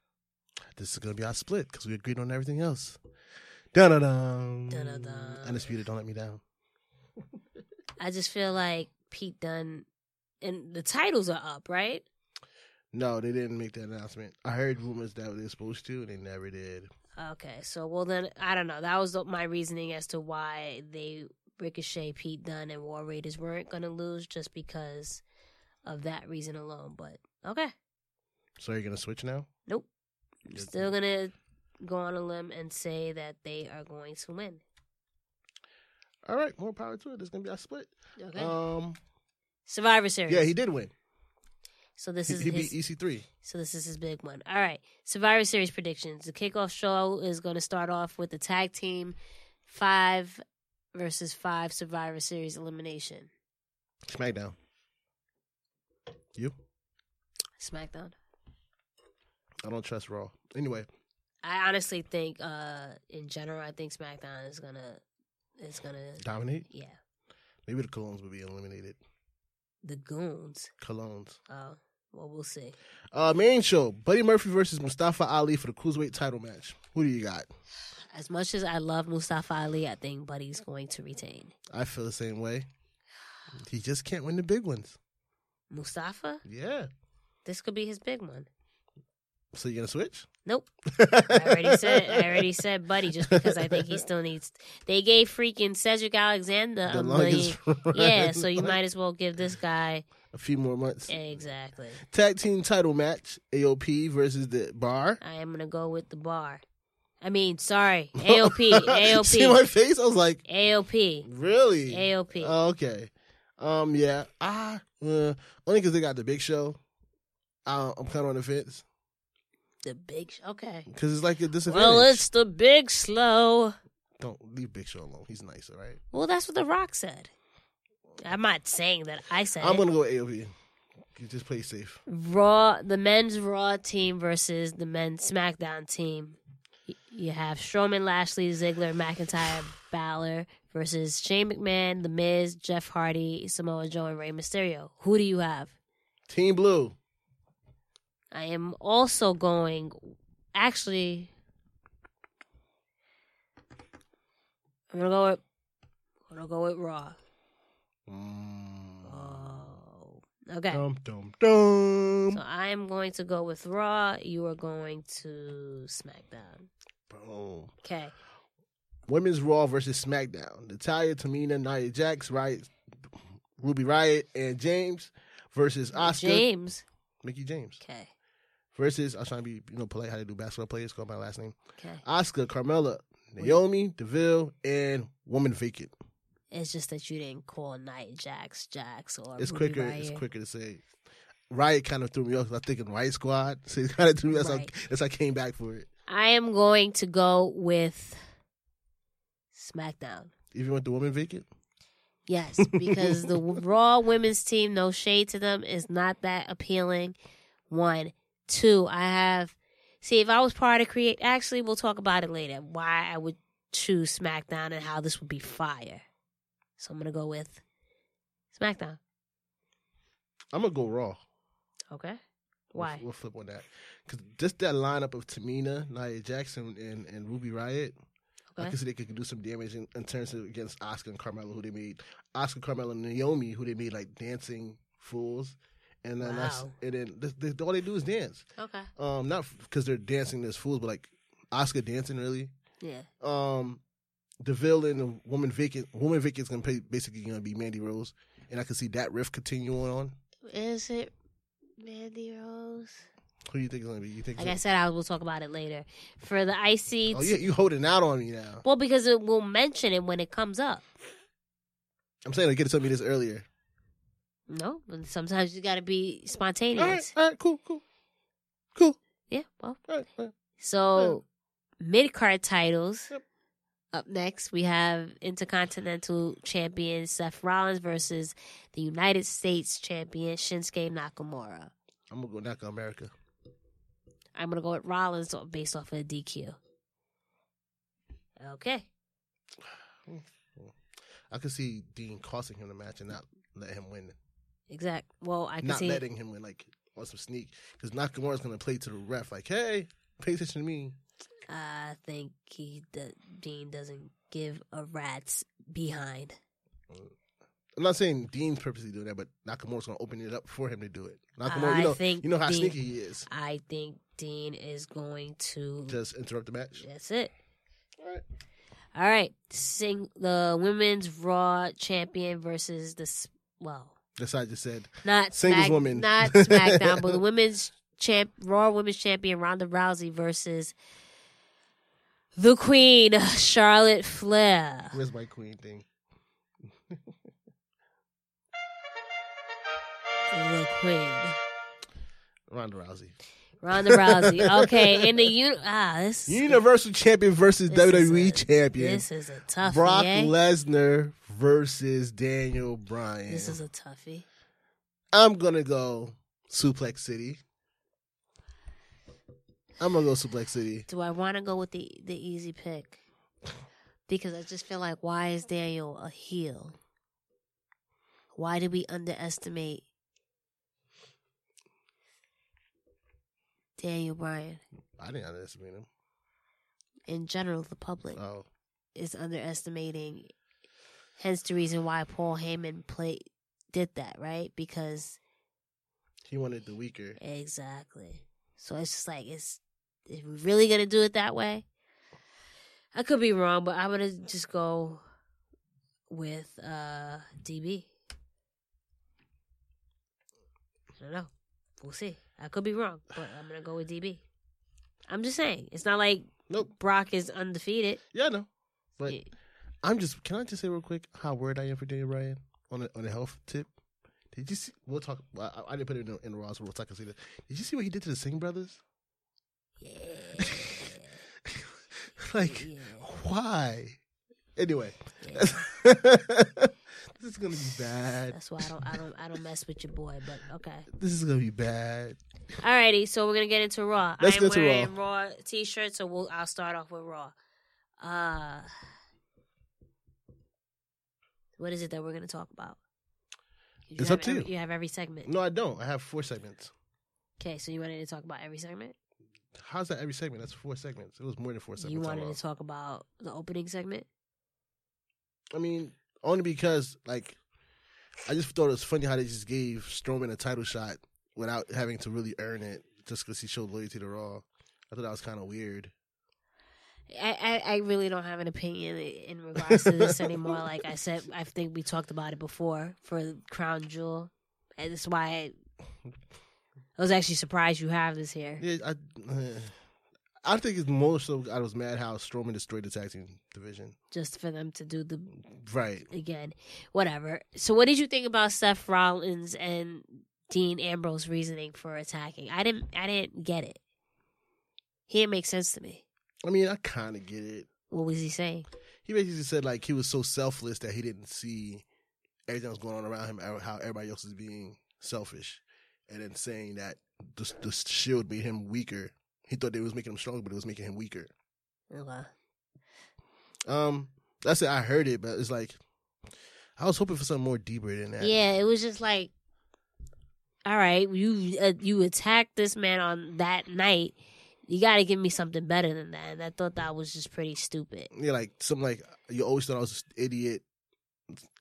[SPEAKER 3] This is going to be our split because we agreed on everything else. Dun dun dun.
[SPEAKER 4] Dun-dun-dun.
[SPEAKER 3] Undisputed, don't let me down.
[SPEAKER 4] I just feel like Pete Dunne, and the titles are up, right?
[SPEAKER 3] No, they didn't make that announcement. I heard rumors that they were supposed to, and they never did.
[SPEAKER 4] Okay, so well then I don't know. That was my reasoning as to why they Ricochet, Pete Dunne, and War Raiders weren't gonna lose just because of that reason alone. But okay,
[SPEAKER 3] So you're gonna switch now?
[SPEAKER 4] nope. I'm
[SPEAKER 3] Yes,
[SPEAKER 4] still gonna go on a limb and say that they are going to win.
[SPEAKER 3] All right, more Uh, power to it. It's gonna be our split.
[SPEAKER 4] Okay,
[SPEAKER 3] Um,
[SPEAKER 4] Survivor Series.
[SPEAKER 3] yeah, he did win.
[SPEAKER 4] So this
[SPEAKER 3] He,
[SPEAKER 4] is
[SPEAKER 3] he
[SPEAKER 4] his,
[SPEAKER 3] beat E EC3.
[SPEAKER 4] so this is his big one. All right, Survivor Series predictions. The kickoff show is going to start off with the tag team five versus five Survivor Series elimination.
[SPEAKER 3] SmackDown. You?
[SPEAKER 4] SmackDown.
[SPEAKER 3] I don't trust Raw. Anyway,
[SPEAKER 4] I honestly think, uh, in general, I think SmackDown is gonna is gonna
[SPEAKER 3] dominate.
[SPEAKER 4] yeah
[SPEAKER 3] Maybe the Colognes will be eliminated.
[SPEAKER 4] the goons.
[SPEAKER 3] Colognes.
[SPEAKER 4] Oh, well, we'll see.
[SPEAKER 3] Uh, main show: Buddy Murphy versus Mustafa Ali for the cruiserweight title match. Who do you got?
[SPEAKER 4] As much as I love Mustafa Ali, I think Buddy's going to retain.
[SPEAKER 3] I feel the same way. He just can't win the big ones.
[SPEAKER 4] Mustafa,
[SPEAKER 3] Yeah.
[SPEAKER 4] this could be his big one.
[SPEAKER 3] So you gonna switch?
[SPEAKER 4] Nope. I already said I already said Buddy just because I think he still needs. They gave freaking Cedric Alexander
[SPEAKER 3] the
[SPEAKER 4] a million.
[SPEAKER 3] longest. [LAUGHS] Run.
[SPEAKER 4] Um, Yeah, so you might as well give this guy
[SPEAKER 3] a few more months.
[SPEAKER 4] exactly.
[SPEAKER 3] Tag team title match: AOP versus the Bar.
[SPEAKER 4] I am gonna go with the bar. I mean, sorry,
[SPEAKER 3] [LAUGHS]
[SPEAKER 4] AOP,
[SPEAKER 3] See my
[SPEAKER 4] AOP,
[SPEAKER 3] face? I was like,
[SPEAKER 4] AOP,
[SPEAKER 3] really?
[SPEAKER 4] AOP.
[SPEAKER 3] Oh, okay. Um. Yeah. I uh, only because they got the big show. I, I'm kind of on the fence
[SPEAKER 4] the big sh- okay.
[SPEAKER 3] because it's like a disadvantage.
[SPEAKER 4] Well, it's the big slow.
[SPEAKER 3] don't leave Big Show alone. He's nice. All right.
[SPEAKER 4] Well, that's what the Rock said. I'm not saying that I said
[SPEAKER 3] I'm
[SPEAKER 4] it.
[SPEAKER 3] gonna go with AOP. You just play safe.
[SPEAKER 4] Raw, the men's Raw team versus the men's SmackDown team. Y- You have Strowman, Lashley, Ziggler, McIntyre, Balor versus Shane McMahon, The Miz, Jeff Hardy, Samoa Joe, and Rey Mysterio. Who do you have?
[SPEAKER 3] Team Blue.
[SPEAKER 4] I am also going. Actually, I'm gonna go with. I'm gonna go with Raw. Oh, okay.
[SPEAKER 3] Dum dum dum.
[SPEAKER 4] So I am going to go with Raw. You are going to SmackDown.
[SPEAKER 3] Boom.
[SPEAKER 4] Okay.
[SPEAKER 3] Women's Raw versus SmackDown. Natalia, Tamina, Nia Jax, Riot, Ruby Riot, and James versus Oscar,
[SPEAKER 4] James.
[SPEAKER 3] Mickey James
[SPEAKER 4] Okay.
[SPEAKER 3] versus. I was trying to be you know polite how they do basketball players. Call my last name.
[SPEAKER 4] Okay.
[SPEAKER 3] Oscar, Carmella, Naomi, Deville, and Woman Vacant.
[SPEAKER 4] It's just that you didn't call Night Jax Jax or
[SPEAKER 3] It's
[SPEAKER 4] Ruby
[SPEAKER 3] quicker.
[SPEAKER 4] Riot.
[SPEAKER 3] It's quicker to say. Riot kind of threw me off. 'cause I'm thinking Riot Squad. [LAUGHS] So it kind of threw me. That's,
[SPEAKER 4] Right.
[SPEAKER 3] how, that's how I came back for it.
[SPEAKER 4] I am going to go with SmackDown.
[SPEAKER 3] Even with the woman vacant,
[SPEAKER 4] Yes,
[SPEAKER 3] [LAUGHS]
[SPEAKER 4] because the Raw women's team, no shade to them, is not that appealing. One, two. I have. See, if I was part of create, actually, we'll talk about it later. Why I would choose SmackDown and how this would be fire. So I'm gonna go with SmackDown.
[SPEAKER 3] I'm gonna go Raw.
[SPEAKER 4] Okay.
[SPEAKER 3] We'll-
[SPEAKER 4] Why?
[SPEAKER 3] We'll, flip on that because just that lineup of Tamina, Nia Jackson, and, and Ruby Riot. I
[SPEAKER 4] Okay.
[SPEAKER 3] can see they could do some damage in, in terms of against Oscar and Carmella, who they made Oscar, Carmella, and Naomi, who they made like dancing fools, and then that's,
[SPEAKER 4] Wow.
[SPEAKER 3] and then th th all they do is dance.
[SPEAKER 4] Okay.
[SPEAKER 3] Um, not because they're dancing as fools, but like Oscar dancing really.
[SPEAKER 4] Yeah.
[SPEAKER 3] um Deville and the woman vacant woman vacant's gonna pay, basically gonna be Mandy Rose, and I can see that riff continuing on.
[SPEAKER 4] Is it Mandy Rose?
[SPEAKER 3] Who do you think is gonna be? You think?
[SPEAKER 4] Like I said, I will talk about it later. For the IC,
[SPEAKER 3] oh yeah, you holding out on me now.
[SPEAKER 4] well, because it will mention it when it comes up.
[SPEAKER 3] I'm saying I get to me this earlier.
[SPEAKER 4] No, but sometimes you got to be
[SPEAKER 3] All
[SPEAKER 4] spontaneous.
[SPEAKER 3] right, all right, cool, cool, cool.
[SPEAKER 4] Yeah, well,
[SPEAKER 3] All right, all right.
[SPEAKER 4] so mid card titles.
[SPEAKER 3] Yep.
[SPEAKER 4] Up next, we have Intercontinental Champion Seth Rollins versus the United States Champion Shinsuke Nakamura.
[SPEAKER 3] I'm gonna go knock on America.
[SPEAKER 4] I'm gonna go with Rollins based off of a DQ. Okay,
[SPEAKER 3] I could see Dean costing him the match and not let him win.
[SPEAKER 4] exact. Well, I can
[SPEAKER 3] Not
[SPEAKER 4] see.
[SPEAKER 3] letting him win like on some sneak because Nakamura's gonna play to the ref like, hey, pay attention to me.
[SPEAKER 4] uh, I think he the Dean doesn't give a rat's behind.
[SPEAKER 3] I'm not saying Dean's purposely doing that, but Nakamura's gonna open it up for him to do it. Nakamura,
[SPEAKER 4] I
[SPEAKER 3] you know,
[SPEAKER 4] think
[SPEAKER 3] you know how
[SPEAKER 4] Dean-
[SPEAKER 3] sneaky he is.
[SPEAKER 4] I think Dean is going to.
[SPEAKER 3] Just interrupt the match.
[SPEAKER 4] That's it.
[SPEAKER 3] All right.
[SPEAKER 4] All right, sing the women's Raw champion versus the s- well,
[SPEAKER 3] That's how I just said.
[SPEAKER 4] not
[SPEAKER 3] Singles
[SPEAKER 4] Smack-
[SPEAKER 3] woman. [LAUGHS]
[SPEAKER 4] not SmackDown, but the women's champ, Raw women's champion Ronda Rousey versus the Queen Charlotte Flair.
[SPEAKER 3] Where's my queen thing?
[SPEAKER 4] The Queen.
[SPEAKER 3] Ronda Rousey.
[SPEAKER 4] Ronda
[SPEAKER 3] [LAUGHS]
[SPEAKER 4] Rousey. Okay, in the uni- ah, this is,
[SPEAKER 3] Universal Champion versus
[SPEAKER 4] This is
[SPEAKER 3] WWE
[SPEAKER 4] a-
[SPEAKER 3] Champion.
[SPEAKER 4] this is a toughie.
[SPEAKER 3] Brock
[SPEAKER 4] eh?
[SPEAKER 3] Lesnar versus Daniel Bryan.
[SPEAKER 4] This is a toughie.
[SPEAKER 3] I'm gonna go Suplex City. I'm gonna go Suplex City.
[SPEAKER 4] Do I want to go with the the easy pick? Because I just feel like why is Daniel a heel? Why did we underestimate Daniel Bryan?
[SPEAKER 3] I didn't underestimate him.
[SPEAKER 4] In general, the public
[SPEAKER 3] Oh,
[SPEAKER 4] is underestimating. Hence the reason why Paul Heyman played did that, right? Because
[SPEAKER 3] he wanted the weaker.
[SPEAKER 4] Exactly. So it's just like it's if we really gonna do it that way. I could be wrong, but I'm gonna just go with uh DB. I don't know. We'll see. I could be wrong, but I'm gonna go with DB. I'm just saying. It's not like
[SPEAKER 3] Nope.
[SPEAKER 4] Brock is undefeated.
[SPEAKER 3] Yeah, I know. But
[SPEAKER 4] Yeah.
[SPEAKER 3] I'm just. Can I just say real quick how worried I am for Daniel Bryan on a, on a health tip? Did you see? We'll talk. I, I didn't put it in, in Raw's rules. I can see that. Did you see what he did to the Singh brothers? [LAUGHS] like,
[SPEAKER 4] Yeah.
[SPEAKER 3] why? Anyway,
[SPEAKER 4] Yeah.
[SPEAKER 3] [LAUGHS] this is gonna be bad.
[SPEAKER 4] That's why I don't I don't I don't mess with your boy, but okay.
[SPEAKER 3] This is gonna be bad.
[SPEAKER 4] Alrighty, so we're gonna get into Raw.
[SPEAKER 3] Let's
[SPEAKER 4] I'm
[SPEAKER 3] get to Raw.
[SPEAKER 4] wearing Raw, t-shirt, so we'll I'll start off with Raw. Uh, what is it that we're gonna talk about? You
[SPEAKER 3] It's
[SPEAKER 4] have
[SPEAKER 3] up to
[SPEAKER 4] every-
[SPEAKER 3] you.
[SPEAKER 4] You have every segment.
[SPEAKER 3] No, I don't. I have four segments.
[SPEAKER 4] Okay, so you wanted to talk about every segment.
[SPEAKER 3] How's that every segment? That's four segments. It was more than four segments.
[SPEAKER 4] You
[SPEAKER 3] on Raw.
[SPEAKER 4] wanted to talk about the opening segment.
[SPEAKER 3] I mean, only because like I just thought it was funny how they just gave Strowman a title shot without having to really earn it, just because he showed loyalty to Raw. I thought that was kind of weird.
[SPEAKER 4] I, I, I really don't have an opinion in regards to this anymore. Like I said, I think we talked about it before for Crown Jewel, and that's why I, I was actually surprised you have this here.
[SPEAKER 3] Yeah, I, [SIGHS] eh. I think it's more so I was mad how Strowman destroyed the tag team division.
[SPEAKER 4] just for them to do the
[SPEAKER 3] Right.
[SPEAKER 4] again. Whatever. So what did you think about Seth Rollins and Dean Ambrose reasoning for attacking? I didn't I didn't get it. He didn't make sense to me.
[SPEAKER 3] I mean, I kind of get it.
[SPEAKER 4] What was he saying?
[SPEAKER 3] He basically said like he was so selfless that he didn't see everything that was going on around him, how everybody else is being selfish, and then saying that the, the shield made him weaker. He thought they was making him stronger, but it was making him weaker.
[SPEAKER 4] Okay.
[SPEAKER 3] Um, that's it. I heard it, but it's like I was hoping for something more deeper than that.
[SPEAKER 4] Yeah, it was just like all right, you uh, you attacked this man on that night. You got to give me something better than that. And I thought that was just pretty stupid.
[SPEAKER 3] Yeah, like something like you always thought I was an idiot,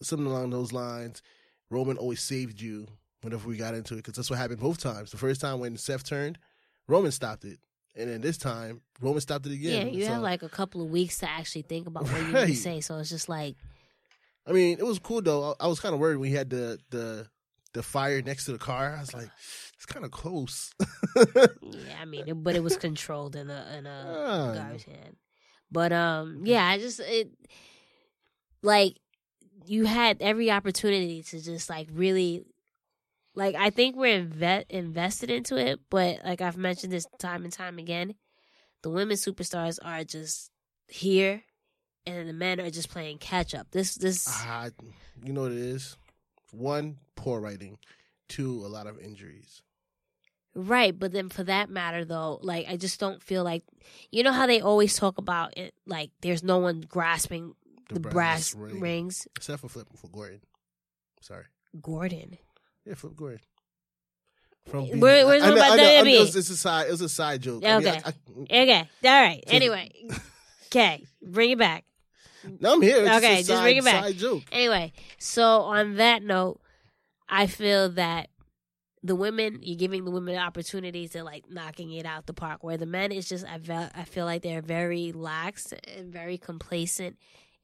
[SPEAKER 3] something along those lines. Roman always saved you whenever we got into it because that's what happened both times. The first time when Seth turned, Roman stopped it, and then this time Roman stopped it
[SPEAKER 4] Yeah,
[SPEAKER 3] again.
[SPEAKER 4] you
[SPEAKER 3] So,
[SPEAKER 4] have like a couple of weeks to actually think about what you need
[SPEAKER 3] Right.
[SPEAKER 4] to say. So it's just like
[SPEAKER 3] I mean, it was cool though. I, I was kind of worried when he had the the the fire next to the car. I was like, it's kind of close. [LAUGHS]
[SPEAKER 4] Oh, Yeah, I mean, it, but it was controlled in a in a
[SPEAKER 3] [LAUGHS] Ah, Mm-hmm.
[SPEAKER 4] garbage hand. But um, yeah, I just it like you had every opportunity to just like really like I think we're inve- invested into it, but like I've mentioned this time and time again, the women superstars are just here, and the men are just playing catch up. This this
[SPEAKER 3] I, Ah, you know what it is? One, poor writing. Two, a lot of injuries.
[SPEAKER 4] Right, but then for that matter, though, like I just don't feel like you know how they always talk about it, like there's no one grasping the, brass,
[SPEAKER 3] ring.
[SPEAKER 4] rings.
[SPEAKER 3] Except for Flip for Gordon. Sorry.
[SPEAKER 4] Gordon,
[SPEAKER 3] Yeah, Flip Gordon. From
[SPEAKER 4] Where- where's
[SPEAKER 3] I know-
[SPEAKER 4] what about
[SPEAKER 3] I know, I know,
[SPEAKER 4] WWE?
[SPEAKER 3] it's, it's a side. It was a side joke. I mean, I-
[SPEAKER 4] Okay.
[SPEAKER 3] I-
[SPEAKER 4] okay, all right.
[SPEAKER 3] So-
[SPEAKER 4] [LAUGHS] Anyway, okay, bring it back.
[SPEAKER 3] no, I'm here. It's
[SPEAKER 4] Okay,
[SPEAKER 3] a
[SPEAKER 4] just
[SPEAKER 3] side,
[SPEAKER 4] bring it back.
[SPEAKER 3] Side joke.
[SPEAKER 4] Anyway, so on that note, I feel that the women you're giving the women opportunities they're like knocking it out the park where the men is just I, ve- I feel like they're very lax and very complacent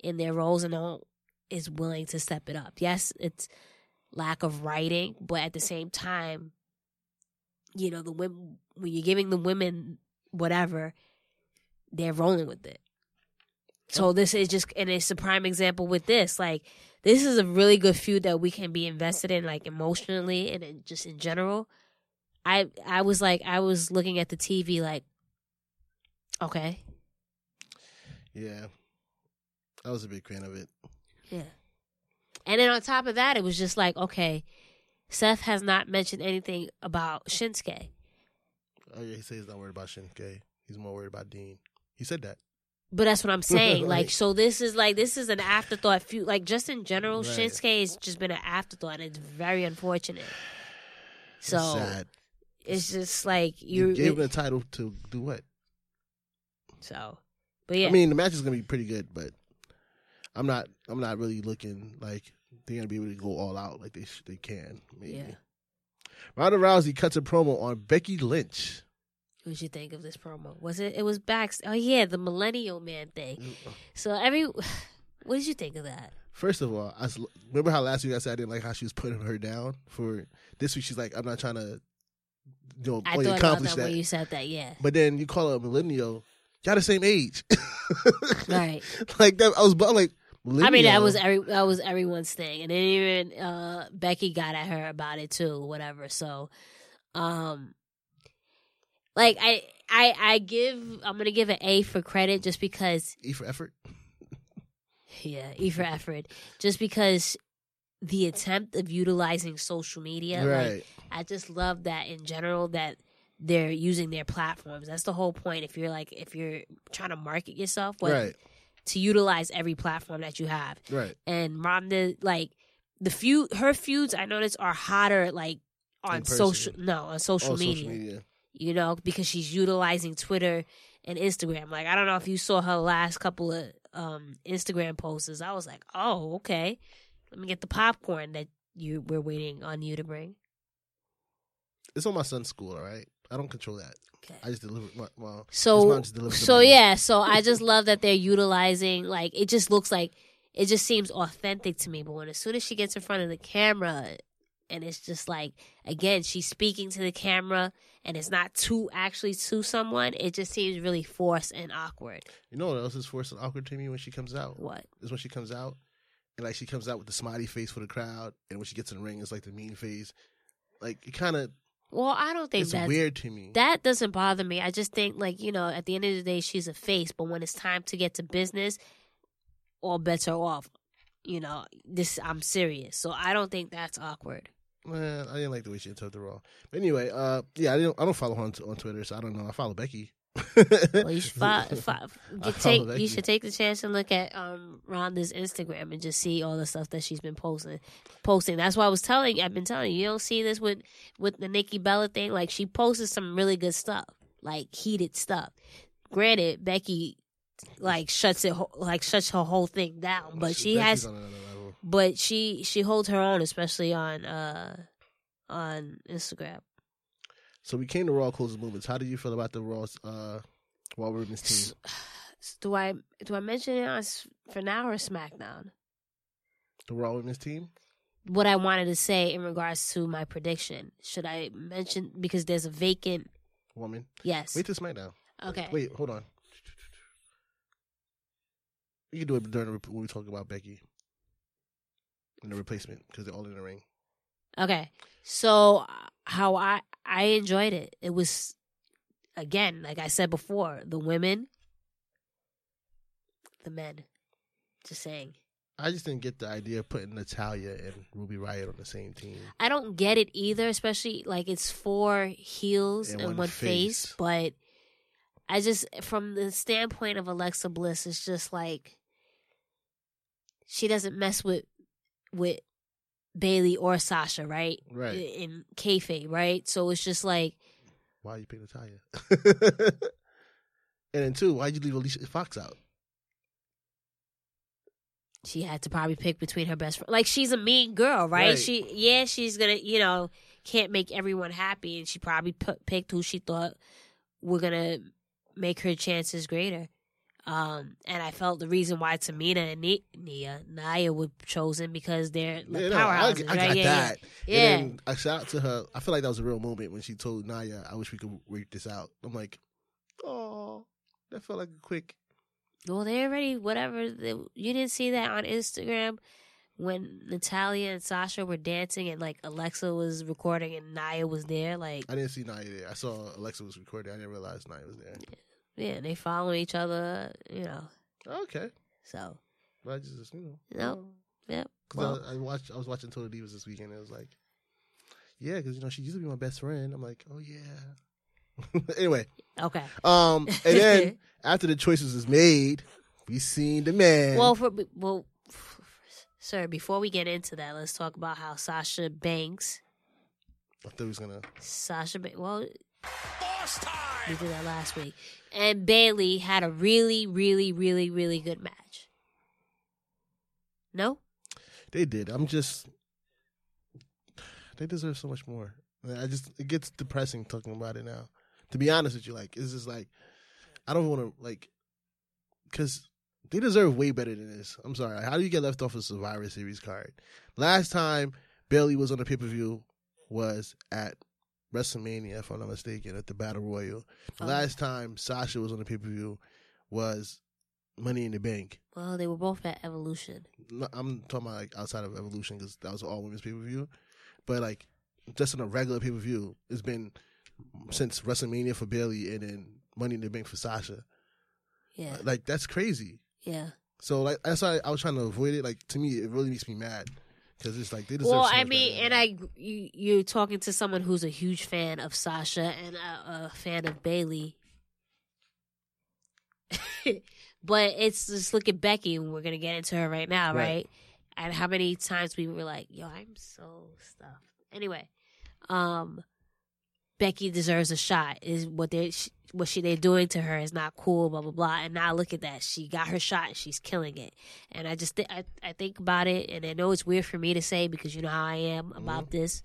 [SPEAKER 4] in their roles and no is willing to step it up yes it's lack of writing but at the same time you know the women when you're giving the women whatever they're rolling with it so this is just and it's a prime example with this like this is a really good feud that we can be invested in, like emotionally and in, just in general. I I was like I was looking at the TV like, okay,
[SPEAKER 3] Yeah. I was a big fan of it.
[SPEAKER 4] Yeah. And then on top of that, it was just like, okay, Seth has not mentioned anything about Shinsuke.
[SPEAKER 3] Oh yeah, he said he's not worried about Shinsuke. He's more worried about Dean. He said that.
[SPEAKER 4] But
[SPEAKER 3] [LAUGHS]
[SPEAKER 4] that's what I'm saying.
[SPEAKER 3] Right.
[SPEAKER 4] Like, so this is like this is an afterthought. Few, like, just in general,
[SPEAKER 3] Right.
[SPEAKER 4] Shinsuke has just been an afterthought. and It's very unfortunate. So
[SPEAKER 3] it's sad.
[SPEAKER 4] it's just like
[SPEAKER 3] You,
[SPEAKER 4] you.
[SPEAKER 3] gave him the title to do what?
[SPEAKER 4] so, but yeah,
[SPEAKER 3] I mean, the match is gonna be pretty good, but I'm not. I'm not really looking like they're gonna be able to go all out like they sh- they can. Maybe.
[SPEAKER 4] Yeah.
[SPEAKER 3] Ronda Rousey cuts a promo on Becky Lynch.
[SPEAKER 4] what'd you think of this promo? Was it? It was back. Oh yeah, the millennial man thing. So every, [SIGHS] what did you think of that?
[SPEAKER 3] First of all, I s- remember how last week I said I didn't like how she was putting her down for this week. She's like, I'm not trying to, you know,
[SPEAKER 4] I
[SPEAKER 3] only
[SPEAKER 4] thought about
[SPEAKER 3] accomplish
[SPEAKER 4] that,
[SPEAKER 3] that.
[SPEAKER 4] when you said that. Yeah,
[SPEAKER 3] But then you call her a millennial. Y'all the same age, [LAUGHS]
[SPEAKER 4] right.
[SPEAKER 3] like that. I was, but I'm like,
[SPEAKER 4] I mean, that
[SPEAKER 3] millennial?
[SPEAKER 4] was every that was everyone's thing, and then even uh, Becky got at her about it too, whatever. So, um, like I I I give I'm gonna give an A for credit just because
[SPEAKER 3] E for effort.
[SPEAKER 4] yeah E for effort just because the attempt of utilizing social media like,
[SPEAKER 3] right.
[SPEAKER 4] I just love that in general that they're using their platforms. That's the whole point. If you're like if you're trying to market yourself, what,
[SPEAKER 3] right.
[SPEAKER 4] to utilize every platform that you have.
[SPEAKER 3] Right.
[SPEAKER 4] and Rhonda like the feud her feuds I notice are hotter like
[SPEAKER 3] In
[SPEAKER 4] on
[SPEAKER 3] person.
[SPEAKER 4] social no on social,
[SPEAKER 3] On
[SPEAKER 4] media,
[SPEAKER 3] Oh, social media.
[SPEAKER 4] you know because she's utilizing Twitter and Instagram like I don't know if you saw her last couple of um Instagram posts I was like oh okay let me get the popcorn that you we're waiting on you to bring
[SPEAKER 3] It's on my son's school. All right. I don't control that. I just deliver. Well, well his
[SPEAKER 4] so
[SPEAKER 3] mom just delivers. the
[SPEAKER 4] so
[SPEAKER 3] money.
[SPEAKER 4] yeah so I just love that they're utilizing like it just looks like it just seems authentic to me. But when as soon as she gets in front of the camera, and it's just like again she's speaking to the camera, and it's not to actually to someone. It just seems really forced and awkward.
[SPEAKER 3] You know what else is forced and awkward to me when she comes out?
[SPEAKER 4] What?
[SPEAKER 3] Is when she comes out and like she comes out with the smiley face for the crowd, and when she gets in the ring, it's like the mean face. Like it kind of
[SPEAKER 4] Well, I don't think
[SPEAKER 3] it's
[SPEAKER 4] that's
[SPEAKER 3] weird to me.
[SPEAKER 4] that doesn't bother me. I just think like you know at the end of the day she's a face, but when it's time to get to business, all bets are off. You know this. I'm serious, so I don't think that's awkward.
[SPEAKER 3] Man, I didn't like the way she interrupted Raw. But anyway, uh, yeah, I don't. I don't follow her on, on Twitter, so I don't know. I follow Becky.
[SPEAKER 4] Well, you should
[SPEAKER 3] [LAUGHS]
[SPEAKER 4] fi- fi- you
[SPEAKER 3] I
[SPEAKER 4] take
[SPEAKER 3] follow
[SPEAKER 4] you
[SPEAKER 3] that.
[SPEAKER 4] should take the chance and look at um Rhonda's Instagram and just see all the stuff that she's been posting. Posting. That's why I was telling. I've been telling you. You don't see this with with the Nikki Bella thing. Like she posted some really good stuff, like heated stuff. Granted, Becky like shuts it ho- like shuts her whole thing down, but she
[SPEAKER 3] Becky's
[SPEAKER 4] has
[SPEAKER 3] on another level.
[SPEAKER 4] but she she holds her own, especially on uh on Instagram.
[SPEAKER 3] So we came to Raw closing movements. How do you feel about the Raw's uh, Raw Women's team?
[SPEAKER 4] S- [SIGHS] Do I do I mention it on S- for now or SmackDown?
[SPEAKER 3] The Raw Women's team.
[SPEAKER 4] what I wanted to say in regards to my prediction. Should I mention because there's a vacant?
[SPEAKER 3] Woman.
[SPEAKER 4] Yes.
[SPEAKER 3] Wait till SmackDown.
[SPEAKER 4] okay.
[SPEAKER 3] Wait, hold on. We can do it during the, rep- when we talk about Becky and the replacement because they're all in the ring.
[SPEAKER 4] Okay. So uh, how I I enjoyed it. It was again, like I said before, the women, the men. Just saying.
[SPEAKER 3] I just didn't get the idea of putting Natalia and Ruby Riot on the same team.
[SPEAKER 4] I don't get it either, especially like it's four heels
[SPEAKER 3] And
[SPEAKER 4] and,
[SPEAKER 3] one
[SPEAKER 4] one, face.
[SPEAKER 3] face.
[SPEAKER 4] but I just from the standpoint of Alexa Bliss, it's just like she doesn't mess with with Bailey or Sasha, right?
[SPEAKER 3] Right.
[SPEAKER 4] In kayfabe, right? So it's just like
[SPEAKER 3] Why you pick Natalia? [LAUGHS] and then two, why'd you leave Alicia Fox out?
[SPEAKER 4] she had to probably pick between her best friend. Like she's a mean girl, right?
[SPEAKER 3] Right.
[SPEAKER 4] She yeah, she's gonna you know can't make everyone happy, and she probably put, picked who she thought were gonna make her chances greater. Um, and I felt the reason why Tamina and Ni- Nia Nia were chosen because they're like,
[SPEAKER 3] Yeah, no, I,
[SPEAKER 4] powerhouses,
[SPEAKER 3] I got
[SPEAKER 4] right? yeah, yeah.
[SPEAKER 3] that.
[SPEAKER 4] Yeah.
[SPEAKER 3] And then I shout out to her. I feel like that was a real moment when she told Naya, "I wish we could work this out." I'm like, oh, that felt like a quick
[SPEAKER 4] Well, they already whatever they, you didn't see that on Instagram when Natalia and Sasha were dancing and like Alexa was recording and Naya was there, like
[SPEAKER 3] I didn't see Nia there. I saw Alexa was recording. I didn't realize Nia was there.
[SPEAKER 4] yeah, they following each other, you know.
[SPEAKER 3] Okay.
[SPEAKER 4] So
[SPEAKER 3] But I just, you know.
[SPEAKER 4] no, yeah,
[SPEAKER 3] Because
[SPEAKER 4] well,
[SPEAKER 3] I, I watched, I was watching Total Divas this weekend. And it was like, yeah, because you know she used to be my best friend. I'm like, oh yeah. [LAUGHS] anyway,
[SPEAKER 4] okay.
[SPEAKER 3] um, and
[SPEAKER 4] [LAUGHS]
[SPEAKER 3] then after the choices is made, we seen the man.
[SPEAKER 4] Well, for, well, f- sir, before we get into that, let's talk about how Sasha Banks,
[SPEAKER 3] I thought he was gonna.
[SPEAKER 4] Sasha, ba- well,
[SPEAKER 1] Boss
[SPEAKER 4] we
[SPEAKER 1] time!
[SPEAKER 4] did that last week, and Bailey had a really, really, really, really good match. No,
[SPEAKER 3] They did. I'm just. They deserve so much more. I just it gets depressing talking about it now. To be honest with you, like it's just like I don't want to like because they deserve way better than this. I'm sorry. How do you get left off a Survivor Series card? Last time Bailey was on the pay per view was at WrestleMania, if I'm not mistaken, at the Battle Royal. The
[SPEAKER 4] Oh.
[SPEAKER 3] last time Sasha was on the pay per view was Money in the Bank.
[SPEAKER 4] well, they were both at Evolution.
[SPEAKER 3] No, I'm talking about like outside of Evolution because that was all women's pay per view, but like just on a regular pay per view, it's been since WrestleMania for Bailey and then Money in the Bank for Sasha.
[SPEAKER 4] Yeah,
[SPEAKER 3] Like that's crazy.
[SPEAKER 4] yeah.
[SPEAKER 3] So like that's why I was trying to avoid it. Like to me, it really makes me mad because it's like they deserve.
[SPEAKER 4] Well,
[SPEAKER 3] so
[SPEAKER 4] I
[SPEAKER 3] much
[SPEAKER 4] mean,
[SPEAKER 3] better
[SPEAKER 4] and
[SPEAKER 3] than
[SPEAKER 4] I you, you're talking to someone who's a huge fan of Sasha and a, a fan of Bailey. but it's just look at Becky, and we're gonna get into her right now,
[SPEAKER 3] Right.
[SPEAKER 4] right? And how many times we were like, "Yo, I'm so stuffed." Anyway, um, Becky deserves a shot. Is what they sh- what she they're doing to her is not cool. Blah blah blah. And now look at that, she got her shot and she's killing it. And I just th- I I think about it, and I know it's weird for me to say because you know how I am about this.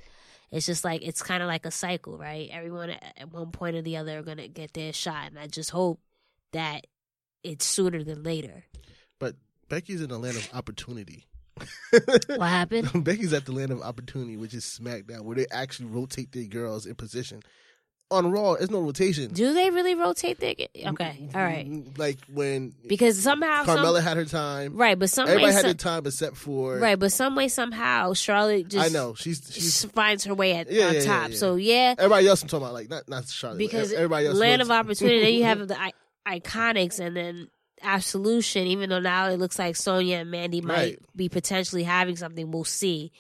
[SPEAKER 4] It's just like it's kind of like a cycle, right? Everyone at at one point or the other are gonna get their shot, and I just hope that it's sooner than
[SPEAKER 3] [LAUGHS]
[SPEAKER 4] later.
[SPEAKER 3] But Becky's in the land of opportunity. [LAUGHS]
[SPEAKER 4] What happened?
[SPEAKER 3] Becky's at the land of opportunity, which is SmackDown, where they actually rotate their girls in position. On Raw, there's no rotation.
[SPEAKER 4] Do they really rotate their? g- Okay, all right.
[SPEAKER 3] Like when
[SPEAKER 4] Because somehow, some-
[SPEAKER 3] Carmella had her time.
[SPEAKER 4] right? But some
[SPEAKER 3] Everybody
[SPEAKER 4] way,
[SPEAKER 3] had
[SPEAKER 4] some-
[SPEAKER 3] their time except for
[SPEAKER 4] right? But some way, somehow, Charlotte just
[SPEAKER 3] I know she's she's
[SPEAKER 4] she finds her way at
[SPEAKER 3] Yeah,
[SPEAKER 4] on
[SPEAKER 3] yeah, yeah,
[SPEAKER 4] top.
[SPEAKER 3] yeah.
[SPEAKER 4] So yeah,
[SPEAKER 3] everybody else. I'm talking about like not not Charlotte
[SPEAKER 4] because
[SPEAKER 3] ev- everybody else.
[SPEAKER 4] land
[SPEAKER 3] knows-
[SPEAKER 4] of opportunity.
[SPEAKER 3] [LAUGHS]
[SPEAKER 4] then you have the I- iconics, and then absolution. Even though now it looks like Sonya and Mandy might
[SPEAKER 3] Right.
[SPEAKER 4] be potentially having something, we'll see.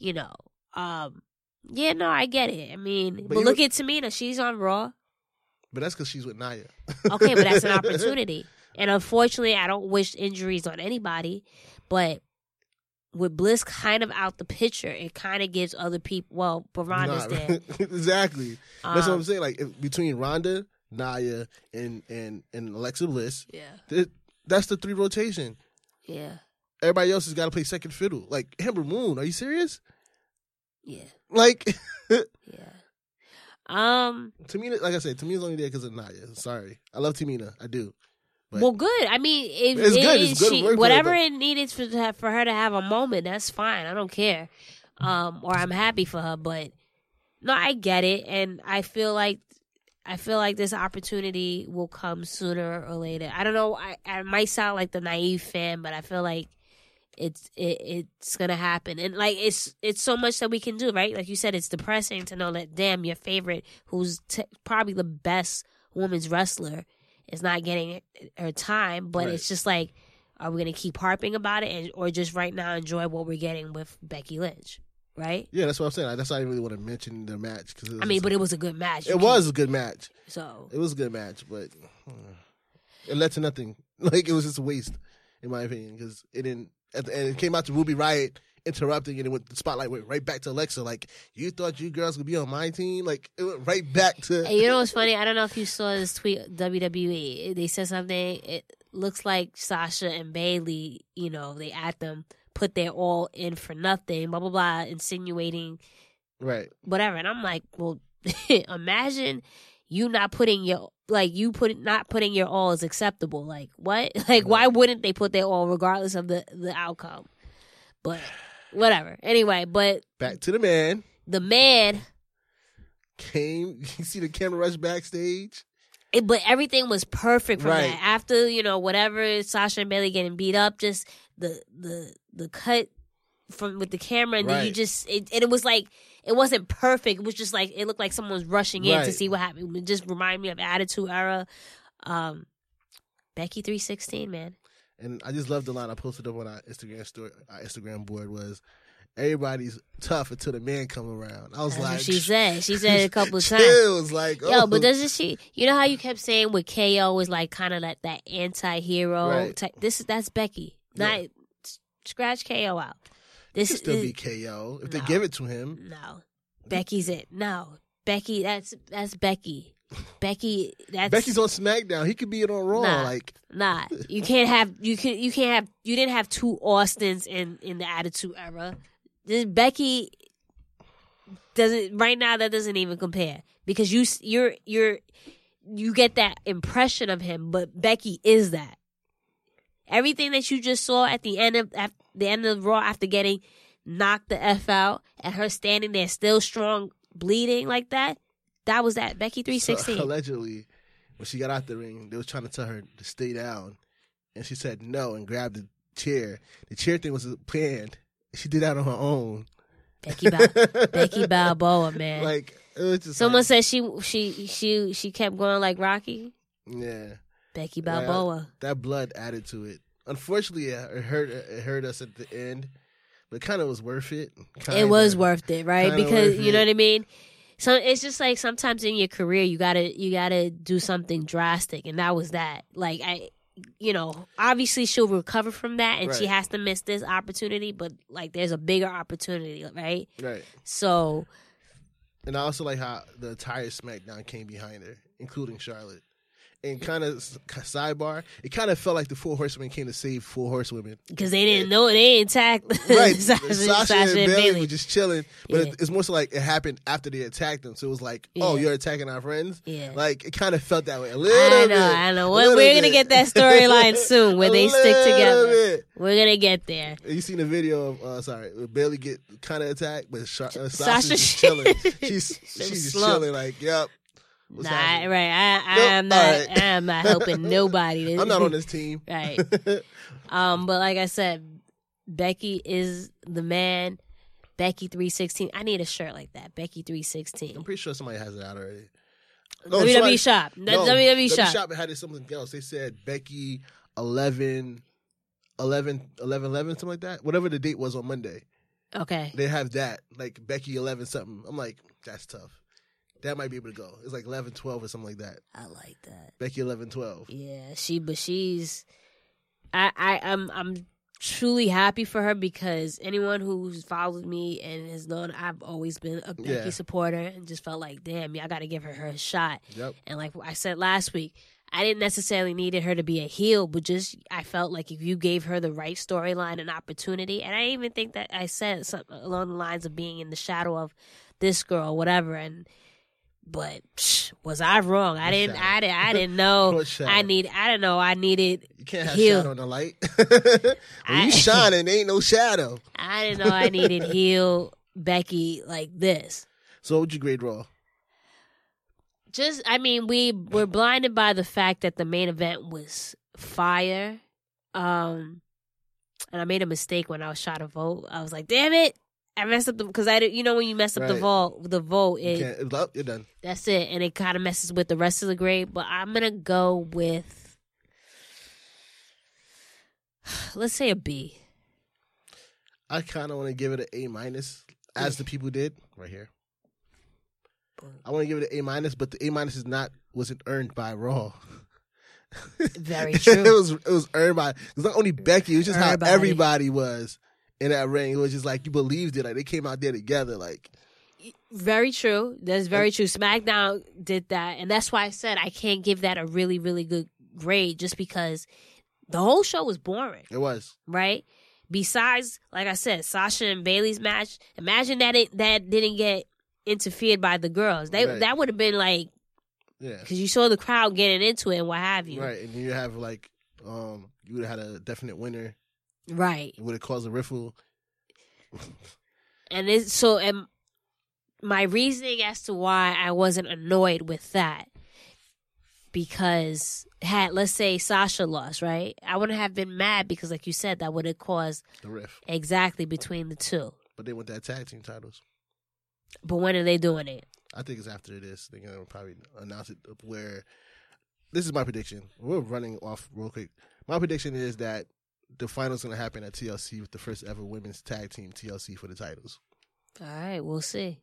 [SPEAKER 4] You know, um, yeah, no, I get it. I mean, but,
[SPEAKER 3] you-
[SPEAKER 4] look at Tamina; she's on Raw.
[SPEAKER 3] but that's because she's with Naya.
[SPEAKER 4] Okay,
[SPEAKER 3] [LAUGHS]
[SPEAKER 4] but that's an opportunity. And unfortunately, I don't wish injuries on anybody, but with Bliss kind of out the picture, it kind of gives other people. Well, Baronda's
[SPEAKER 3] Nah,
[SPEAKER 4] there.
[SPEAKER 3] [LAUGHS] exactly. that's what
[SPEAKER 4] Um,
[SPEAKER 3] I'm saying. Like if, between Rhonda, Naya, and and and Alexa Bliss,
[SPEAKER 4] Yeah,
[SPEAKER 3] th- that's the three rotation.
[SPEAKER 4] yeah,
[SPEAKER 3] Everybody else has got to play second fiddle. Like Amber Moon, are you serious?
[SPEAKER 4] yeah,
[SPEAKER 3] Like [LAUGHS]
[SPEAKER 4] yeah. Um.
[SPEAKER 3] Tamina, like I said, Tamina's only there because of Naya. Sorry, I love Tamina, I do. But-
[SPEAKER 4] well, good. I mean, if,
[SPEAKER 3] It's
[SPEAKER 4] it-
[SPEAKER 3] good. It's good
[SPEAKER 4] she,
[SPEAKER 3] work,
[SPEAKER 4] whatever
[SPEAKER 3] but-
[SPEAKER 4] it needed for to have- for her to have a moment, that's fine. I don't care. Um, or I'm happy for her, but no, I get it, and I feel like I feel like this opportunity will come sooner or later. I don't know. I, I might sound like the naive fan, but I feel like it's it, it's gonna happen, and like it's it's so much that we can do, right? Like you said, it's depressing to know that damn your favorite, who's t- probably the best women's wrestler, is not getting her time. But
[SPEAKER 3] Right.
[SPEAKER 4] it's just like, are we gonna keep harping about it, and, or just right now enjoy what we're getting with Becky Lynch, right?
[SPEAKER 3] Yeah, that's what I'm saying. Like, that's why I didn't really want to mention the match because
[SPEAKER 4] I mean, but it was a good match. You
[SPEAKER 3] it was a good match.
[SPEAKER 4] can't- so.
[SPEAKER 3] It was a good match, but uh, it led to nothing. [LAUGHS] Like it was just a waste, in my opinion, because it didn't. At the end, it came out to Ruby Riot interrupting, and it went the spotlight went right back to Alexa. Like you thought you girls could be on my team? Like it went right back to.
[SPEAKER 4] And
[SPEAKER 3] [LAUGHS]
[SPEAKER 4] you know what's funny? I don't know if you saw this tweet. WWE they said something. It looks like Sasha and Bailey. You know, they at them put their all in for nothing. Blah blah blah, insinuating
[SPEAKER 3] right.
[SPEAKER 4] whatever. And I'm like, well, [LAUGHS] imagine you not putting your like you put not putting your all is acceptable. Like what? [LAUGHS] Like why wouldn't they put their all regardless of the the outcome? But whatever. Anyway, but
[SPEAKER 3] Back to the man.
[SPEAKER 4] the man
[SPEAKER 3] Came. [LAUGHS] You see the camera rush backstage.
[SPEAKER 4] It, but everything was perfect from
[SPEAKER 3] Right.
[SPEAKER 4] that. After you know whatever Sasha and Bailey getting beat up, just the the the cut from with the camera, and then you
[SPEAKER 3] Right.
[SPEAKER 4] just it, and it was like it wasn't perfect. It was just like it looked like someone was rushing in to
[SPEAKER 3] Right.
[SPEAKER 4] see what happened. It just reminded me of Attitude Era, um, Becky three sixteen man.
[SPEAKER 3] and I just love the line I posted up on our Instagram story, our Instagram board was, "Everybody's tough until the man come around." I was
[SPEAKER 4] That's
[SPEAKER 3] like,
[SPEAKER 4] what she said. She said it a
[SPEAKER 3] [LAUGHS]
[SPEAKER 4] couple of times.
[SPEAKER 3] Chills, like, oh.
[SPEAKER 4] Yo, but doesn't she? You know how you kept saying with KO was like kind of like that anti-hero
[SPEAKER 3] Right.
[SPEAKER 4] type. This is that's Becky. Not s- scratch KO out. This
[SPEAKER 3] He
[SPEAKER 4] is
[SPEAKER 3] could still be KO if they
[SPEAKER 4] No.
[SPEAKER 3] give it to him.
[SPEAKER 4] no. Becky's it. No, Becky. That's that's Becky. Becky. That's
[SPEAKER 3] Becky's on SmackDown. He could be it on Raw.
[SPEAKER 4] Nah.
[SPEAKER 3] Like,
[SPEAKER 4] Nah, you can't have you can you can't have you didn't have two Austins in in the Attitude Era. This Becky doesn't right now that doesn't even compare because you s- you're you're you get that impression of him, but Becky is that. Everything that you just saw at the end of at the end of Raw after getting knocked the f out and her standing there still strong, bleeding like that. That was that Becky three
[SPEAKER 3] so, [LAUGHS]
[SPEAKER 4] sixteen.
[SPEAKER 3] allegedly, when she got out the ring, they was trying to tell her to stay down, and she said no and grabbed the chair. The chair thing was planned. She did that on her own.
[SPEAKER 4] Becky,
[SPEAKER 3] [LAUGHS]
[SPEAKER 4] Bal- Oh, Becky Balboa, man.
[SPEAKER 3] Like, it was just
[SPEAKER 4] Someone
[SPEAKER 3] like,
[SPEAKER 4] said she she she she kept going like Rocky,
[SPEAKER 3] yeah.
[SPEAKER 4] Becky
[SPEAKER 3] Yeah.
[SPEAKER 4] Balboa.
[SPEAKER 3] that blood added to it. Unfortunately, it it hurt. It hurt us at the end, but kind of was worth it.
[SPEAKER 4] It was
[SPEAKER 3] Kinda.
[SPEAKER 4] worth it, right?
[SPEAKER 3] Kinda
[SPEAKER 4] because
[SPEAKER 3] worth
[SPEAKER 4] you know
[SPEAKER 3] it.
[SPEAKER 4] what I mean. So it's just like sometimes in your career you gotta you gotta do something drastic, and that was that. Like I, you know, obviously she'll recover from that, and she
[SPEAKER 3] Right.
[SPEAKER 4] has to miss this opportunity. But like, there's a bigger opportunity, right?
[SPEAKER 3] right.
[SPEAKER 4] So
[SPEAKER 3] And I also like how the entire SmackDown came behind her, including Charlotte. And kind of sidebar, it kind of felt like the Four Horsemen came to save Four
[SPEAKER 4] [LAUGHS]
[SPEAKER 3] Horsewomen.
[SPEAKER 4] because they didn't know they ain't [LAUGHS] tagged
[SPEAKER 3] Right,
[SPEAKER 4] Sasha, Sasha and Bailey.
[SPEAKER 3] were just chilling, but
[SPEAKER 4] Yeah.
[SPEAKER 3] it, it's more so like it happened after they attacked them. So it was like, oh,
[SPEAKER 4] Yeah.
[SPEAKER 3] you're attacking our friends.
[SPEAKER 4] Yeah.
[SPEAKER 3] Like it kind of felt that way a
[SPEAKER 4] I
[SPEAKER 3] little
[SPEAKER 4] know,
[SPEAKER 3] bit.
[SPEAKER 4] I
[SPEAKER 3] a
[SPEAKER 4] know.
[SPEAKER 3] little
[SPEAKER 4] We're, we're gonna
[SPEAKER 3] bit.
[SPEAKER 4] get
[SPEAKER 3] [LAUGHS]
[SPEAKER 4] that storyline soon where
[SPEAKER 3] A
[SPEAKER 4] they stick
[SPEAKER 3] little
[SPEAKER 4] together.
[SPEAKER 3] bit.
[SPEAKER 4] We're gonna get there.
[SPEAKER 3] You seen the video of uh, sorry, Bailey get kind of attacked, but Sha- uh, Sasha's
[SPEAKER 4] Sasha-
[SPEAKER 3] just
[SPEAKER 4] [LAUGHS]
[SPEAKER 3] chilling. She's
[SPEAKER 4] Them
[SPEAKER 3] she's just
[SPEAKER 4] slump.
[SPEAKER 3] chilling like, yep. what's
[SPEAKER 4] Nah,
[SPEAKER 3] happening?
[SPEAKER 4] right. I, I
[SPEAKER 3] Nope,
[SPEAKER 4] am not.
[SPEAKER 3] alright.
[SPEAKER 4] I am not
[SPEAKER 3] [LAUGHS]
[SPEAKER 4] helping nobody.
[SPEAKER 3] I'm not on this team.
[SPEAKER 4] [LAUGHS]
[SPEAKER 3] [LAUGHS]
[SPEAKER 4] Right. Um. But like I said, Becky is the man. Becky three sixteen. I need a shirt like that. Becky three
[SPEAKER 3] I'm
[SPEAKER 4] sixteen.
[SPEAKER 3] pretty sure somebody has it out already. No,
[SPEAKER 4] WWE
[SPEAKER 3] somebody-
[SPEAKER 4] shop.
[SPEAKER 3] no,
[SPEAKER 4] WWE
[SPEAKER 3] WWE
[SPEAKER 4] shop.
[SPEAKER 3] shop had it something else. They said Becky 11, 11, 11, 11, something like that. Whatever the date was on Monday,
[SPEAKER 4] Okay.
[SPEAKER 3] they have that like Becky eleven something. I'm like, that's tough. That might be able to go. It's like 11, 12 or something like that.
[SPEAKER 4] I like that.
[SPEAKER 3] Becky 11, 12.
[SPEAKER 4] Yeah. She. But she's. I. I. I'm. I'm truly happy for her because anyone who's followed me and has known I've always been a Becky
[SPEAKER 3] Yeah.
[SPEAKER 4] supporter and just felt like, damn, y'all got to give her her shot.
[SPEAKER 3] Yep.
[SPEAKER 4] And like I said last week, I didn't necessarily needed her to be a heel, but just I felt like if you gave her the right storyline and opportunity, and I even think that I said something along the lines of being in the shadow of this girl, or whatever. And but psh, was I wrong? I
[SPEAKER 3] The
[SPEAKER 4] didn't.
[SPEAKER 3] shadow.
[SPEAKER 4] I didn't.
[SPEAKER 3] [LAUGHS]
[SPEAKER 4] I didn't know.
[SPEAKER 3] What
[SPEAKER 4] Oh, I
[SPEAKER 3] shadow?
[SPEAKER 4] need. I don't know. I needed.
[SPEAKER 3] You can't have
[SPEAKER 4] Heel.
[SPEAKER 3] shadow in the light. [LAUGHS] when
[SPEAKER 4] I- [LAUGHS]
[SPEAKER 3] you shining, there ain't no shadow.
[SPEAKER 4] I didn't know. I needed heel Becky like this.
[SPEAKER 3] So what would you grade Raw?
[SPEAKER 4] just I mean we were blinded by the fact that the main event was fire. Um and I made a mistake when I was trying to vote. I was like, "Damn it. I messed up the cuz I didn't- you know when you mess up the
[SPEAKER 3] Right.
[SPEAKER 4] vote, the vote
[SPEAKER 3] You
[SPEAKER 4] it
[SPEAKER 3] can't, it's up, you're done.
[SPEAKER 4] that's it and it kind of messes with the rest of the grade, but I'm going to go with [SIGHS] let's say a B.
[SPEAKER 3] I kind of want to give it an A minus, as the people did right here. I want to give it an A minus, but the A minus is not wasn't earned by Raw. [LAUGHS]
[SPEAKER 4] Very
[SPEAKER 3] it
[SPEAKER 4] true.
[SPEAKER 3] was it was earned by it's not only Becky, it was just
[SPEAKER 4] Everybody.
[SPEAKER 3] how everybody was in that ring. It was just like you believed it, like they came out there together, like
[SPEAKER 4] Very true. That's very true. SmackDown did that, and that's why I said I can't give that a really, really good grade just because the whole show was boring,
[SPEAKER 3] it was.
[SPEAKER 4] right? Besides, like I said, Sasha and Bailey's match. Imagine that it that didn't get interfered by the girls. They
[SPEAKER 3] Right.
[SPEAKER 4] that would have been like
[SPEAKER 3] Yeah,
[SPEAKER 4] because you saw the crowd getting into it and what have you,
[SPEAKER 3] right. And you have like um, you would have had a definite winner.
[SPEAKER 4] Right.
[SPEAKER 3] It would have caused a riffle.
[SPEAKER 4] And it's, so, and my reasoning as to why I wasn't annoyed with that because had let's say Sasha lost, right? I wouldn't have been mad because, like you said, that would have caused
[SPEAKER 3] The riff.
[SPEAKER 4] exactly between the two.
[SPEAKER 3] But they want that tag team titles.
[SPEAKER 4] But when are they doing it?
[SPEAKER 3] I think it's after this. They're gonna probably announce it up where this is my prediction. We're running off real quick. My prediction is that the final's gonna happen at TLC with the first ever women's tag team TLC for the titles.
[SPEAKER 4] All right, we'll see.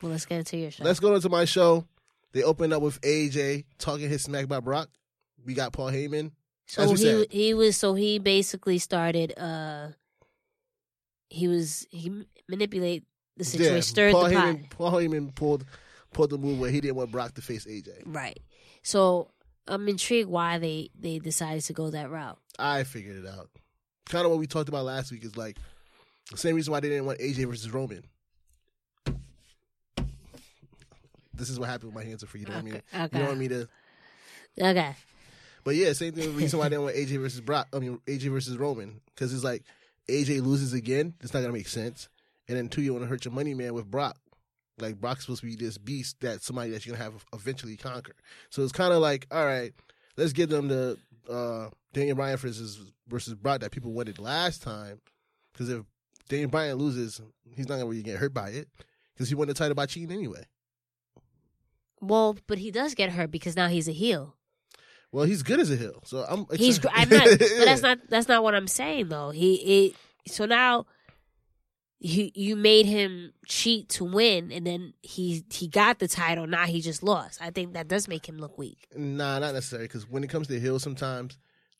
[SPEAKER 4] Well, let's get into your show.
[SPEAKER 3] Let's go into my show. They opened up with AJ talking his smack about Brock. We got Paul Heyman.
[SPEAKER 4] so
[SPEAKER 3] as we
[SPEAKER 4] he
[SPEAKER 3] said.
[SPEAKER 4] he was so he basically started. uh He was he m- manipulate the situation,
[SPEAKER 3] Yeah,
[SPEAKER 4] stirred
[SPEAKER 3] Paul
[SPEAKER 4] the pot.
[SPEAKER 3] Heyman, Paul Heyman pulled pulled the move where he didn't want Brock to face AJ.
[SPEAKER 4] Right. So I'm intrigued why they they decided to go that route.
[SPEAKER 3] I figured it out. Kind of what we talked about last week is like the same reason why they didn't want AJ versus Roman. This is what happened with my hands are free. You don't want me.
[SPEAKER 4] Okay, okay.
[SPEAKER 3] You don't want me to.
[SPEAKER 4] Okay.
[SPEAKER 3] But yeah, same thing. Reason why they didn't want AJ versus Brock. I mean AJ versus Roman because it's like AJ loses again. It's not gonna make sense. And then two, you want to hurt your money man with Brock. Like Brock's supposed to be this beast that somebody that you're gonna have eventually conquer. So it's kind of like, all right, let's give them the uh, Daniel Bryan versus versus Brock that people wanted last time. Because if Daniel Bryan loses, he's not gonna really get hurt by it because he won the title by cheating anyway.
[SPEAKER 4] Well, but he does get hurt because now he's a heel.
[SPEAKER 3] Well, he's good as a heel, so I'm.
[SPEAKER 4] He's
[SPEAKER 3] [LAUGHS]
[SPEAKER 4] gr- I'm
[SPEAKER 3] excited.
[SPEAKER 4] not, but that's
[SPEAKER 3] Yeah.
[SPEAKER 4] not that's not what I'm saying though. He it so now you you made him cheat to win, and then he he got the title. Now he just lost. I think that does make him look weak.
[SPEAKER 3] Nah, not necessarily. Because when it comes to heels, sometimes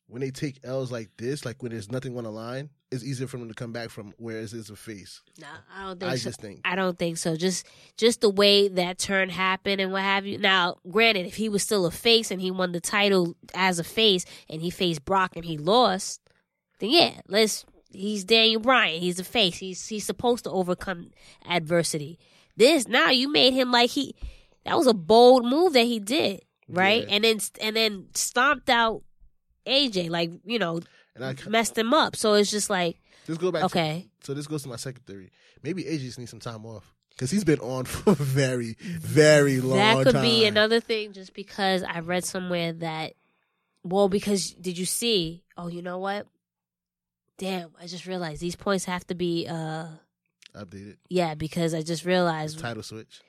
[SPEAKER 3] when they take L's like this, like when there's nothing on the line, it's easier for them to come back from. Whereas it's a face,
[SPEAKER 4] No, I don't think
[SPEAKER 3] I
[SPEAKER 4] so.
[SPEAKER 3] just think.
[SPEAKER 4] I don't think so. Just just the way that turn happened and what have you. Now, granted, if he was still a face and he won the title as a face and he faced Brock and he lost, then yeah, let's he's Daniel Bryan. He's a face. He's he's supposed to overcome adversity. This now you made him like he that was a bold move that he did, right?
[SPEAKER 3] Yeah.
[SPEAKER 4] And then and then stomped out AJ like, you know,
[SPEAKER 3] And I
[SPEAKER 4] messed him up. So it's just like,
[SPEAKER 3] this go back. To,
[SPEAKER 4] Mm-hmm. okay.
[SPEAKER 3] so this goes to my second theory. Maybe AJ just needs some time off because he's been on [LAUGHS] for a very, very long.
[SPEAKER 4] that could be
[SPEAKER 3] time.
[SPEAKER 4] another thing just because i read somewhere that well because did you see oh you know what damn i just realized these points have to be uh
[SPEAKER 3] updated
[SPEAKER 4] yeah because i just realized
[SPEAKER 3] title switch.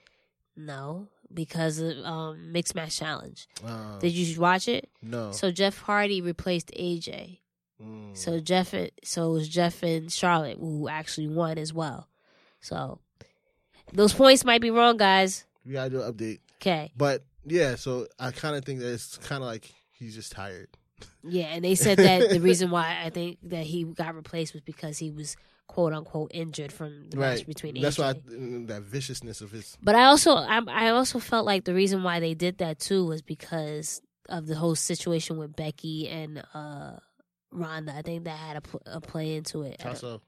[SPEAKER 4] no because of um mixed match challenge
[SPEAKER 3] Um,
[SPEAKER 4] did you watch it
[SPEAKER 3] no.
[SPEAKER 4] so jeff hardy replaced aj
[SPEAKER 3] Oh. Mm.
[SPEAKER 4] so jeff so it was jeff and charlotte who actually won as well so those points might be wrong guys
[SPEAKER 3] we gotta do an update.
[SPEAKER 4] okay
[SPEAKER 3] But yeah, so I kind of think that it's kind of like he's just tired.
[SPEAKER 4] Yeah, and they said
[SPEAKER 3] [LAUGHS]
[SPEAKER 4] that the reason why I think that he got replaced was because he was quote unquote injured from the match between
[SPEAKER 3] That's
[SPEAKER 4] AJ.
[SPEAKER 3] why I, that viciousness of his.
[SPEAKER 4] but I also I, I also felt like the reason why they did that too was because of the whole situation with Becky and uh Ronda. I think that had a, pl- a play into it. I
[SPEAKER 3] How
[SPEAKER 4] don't-
[SPEAKER 3] so?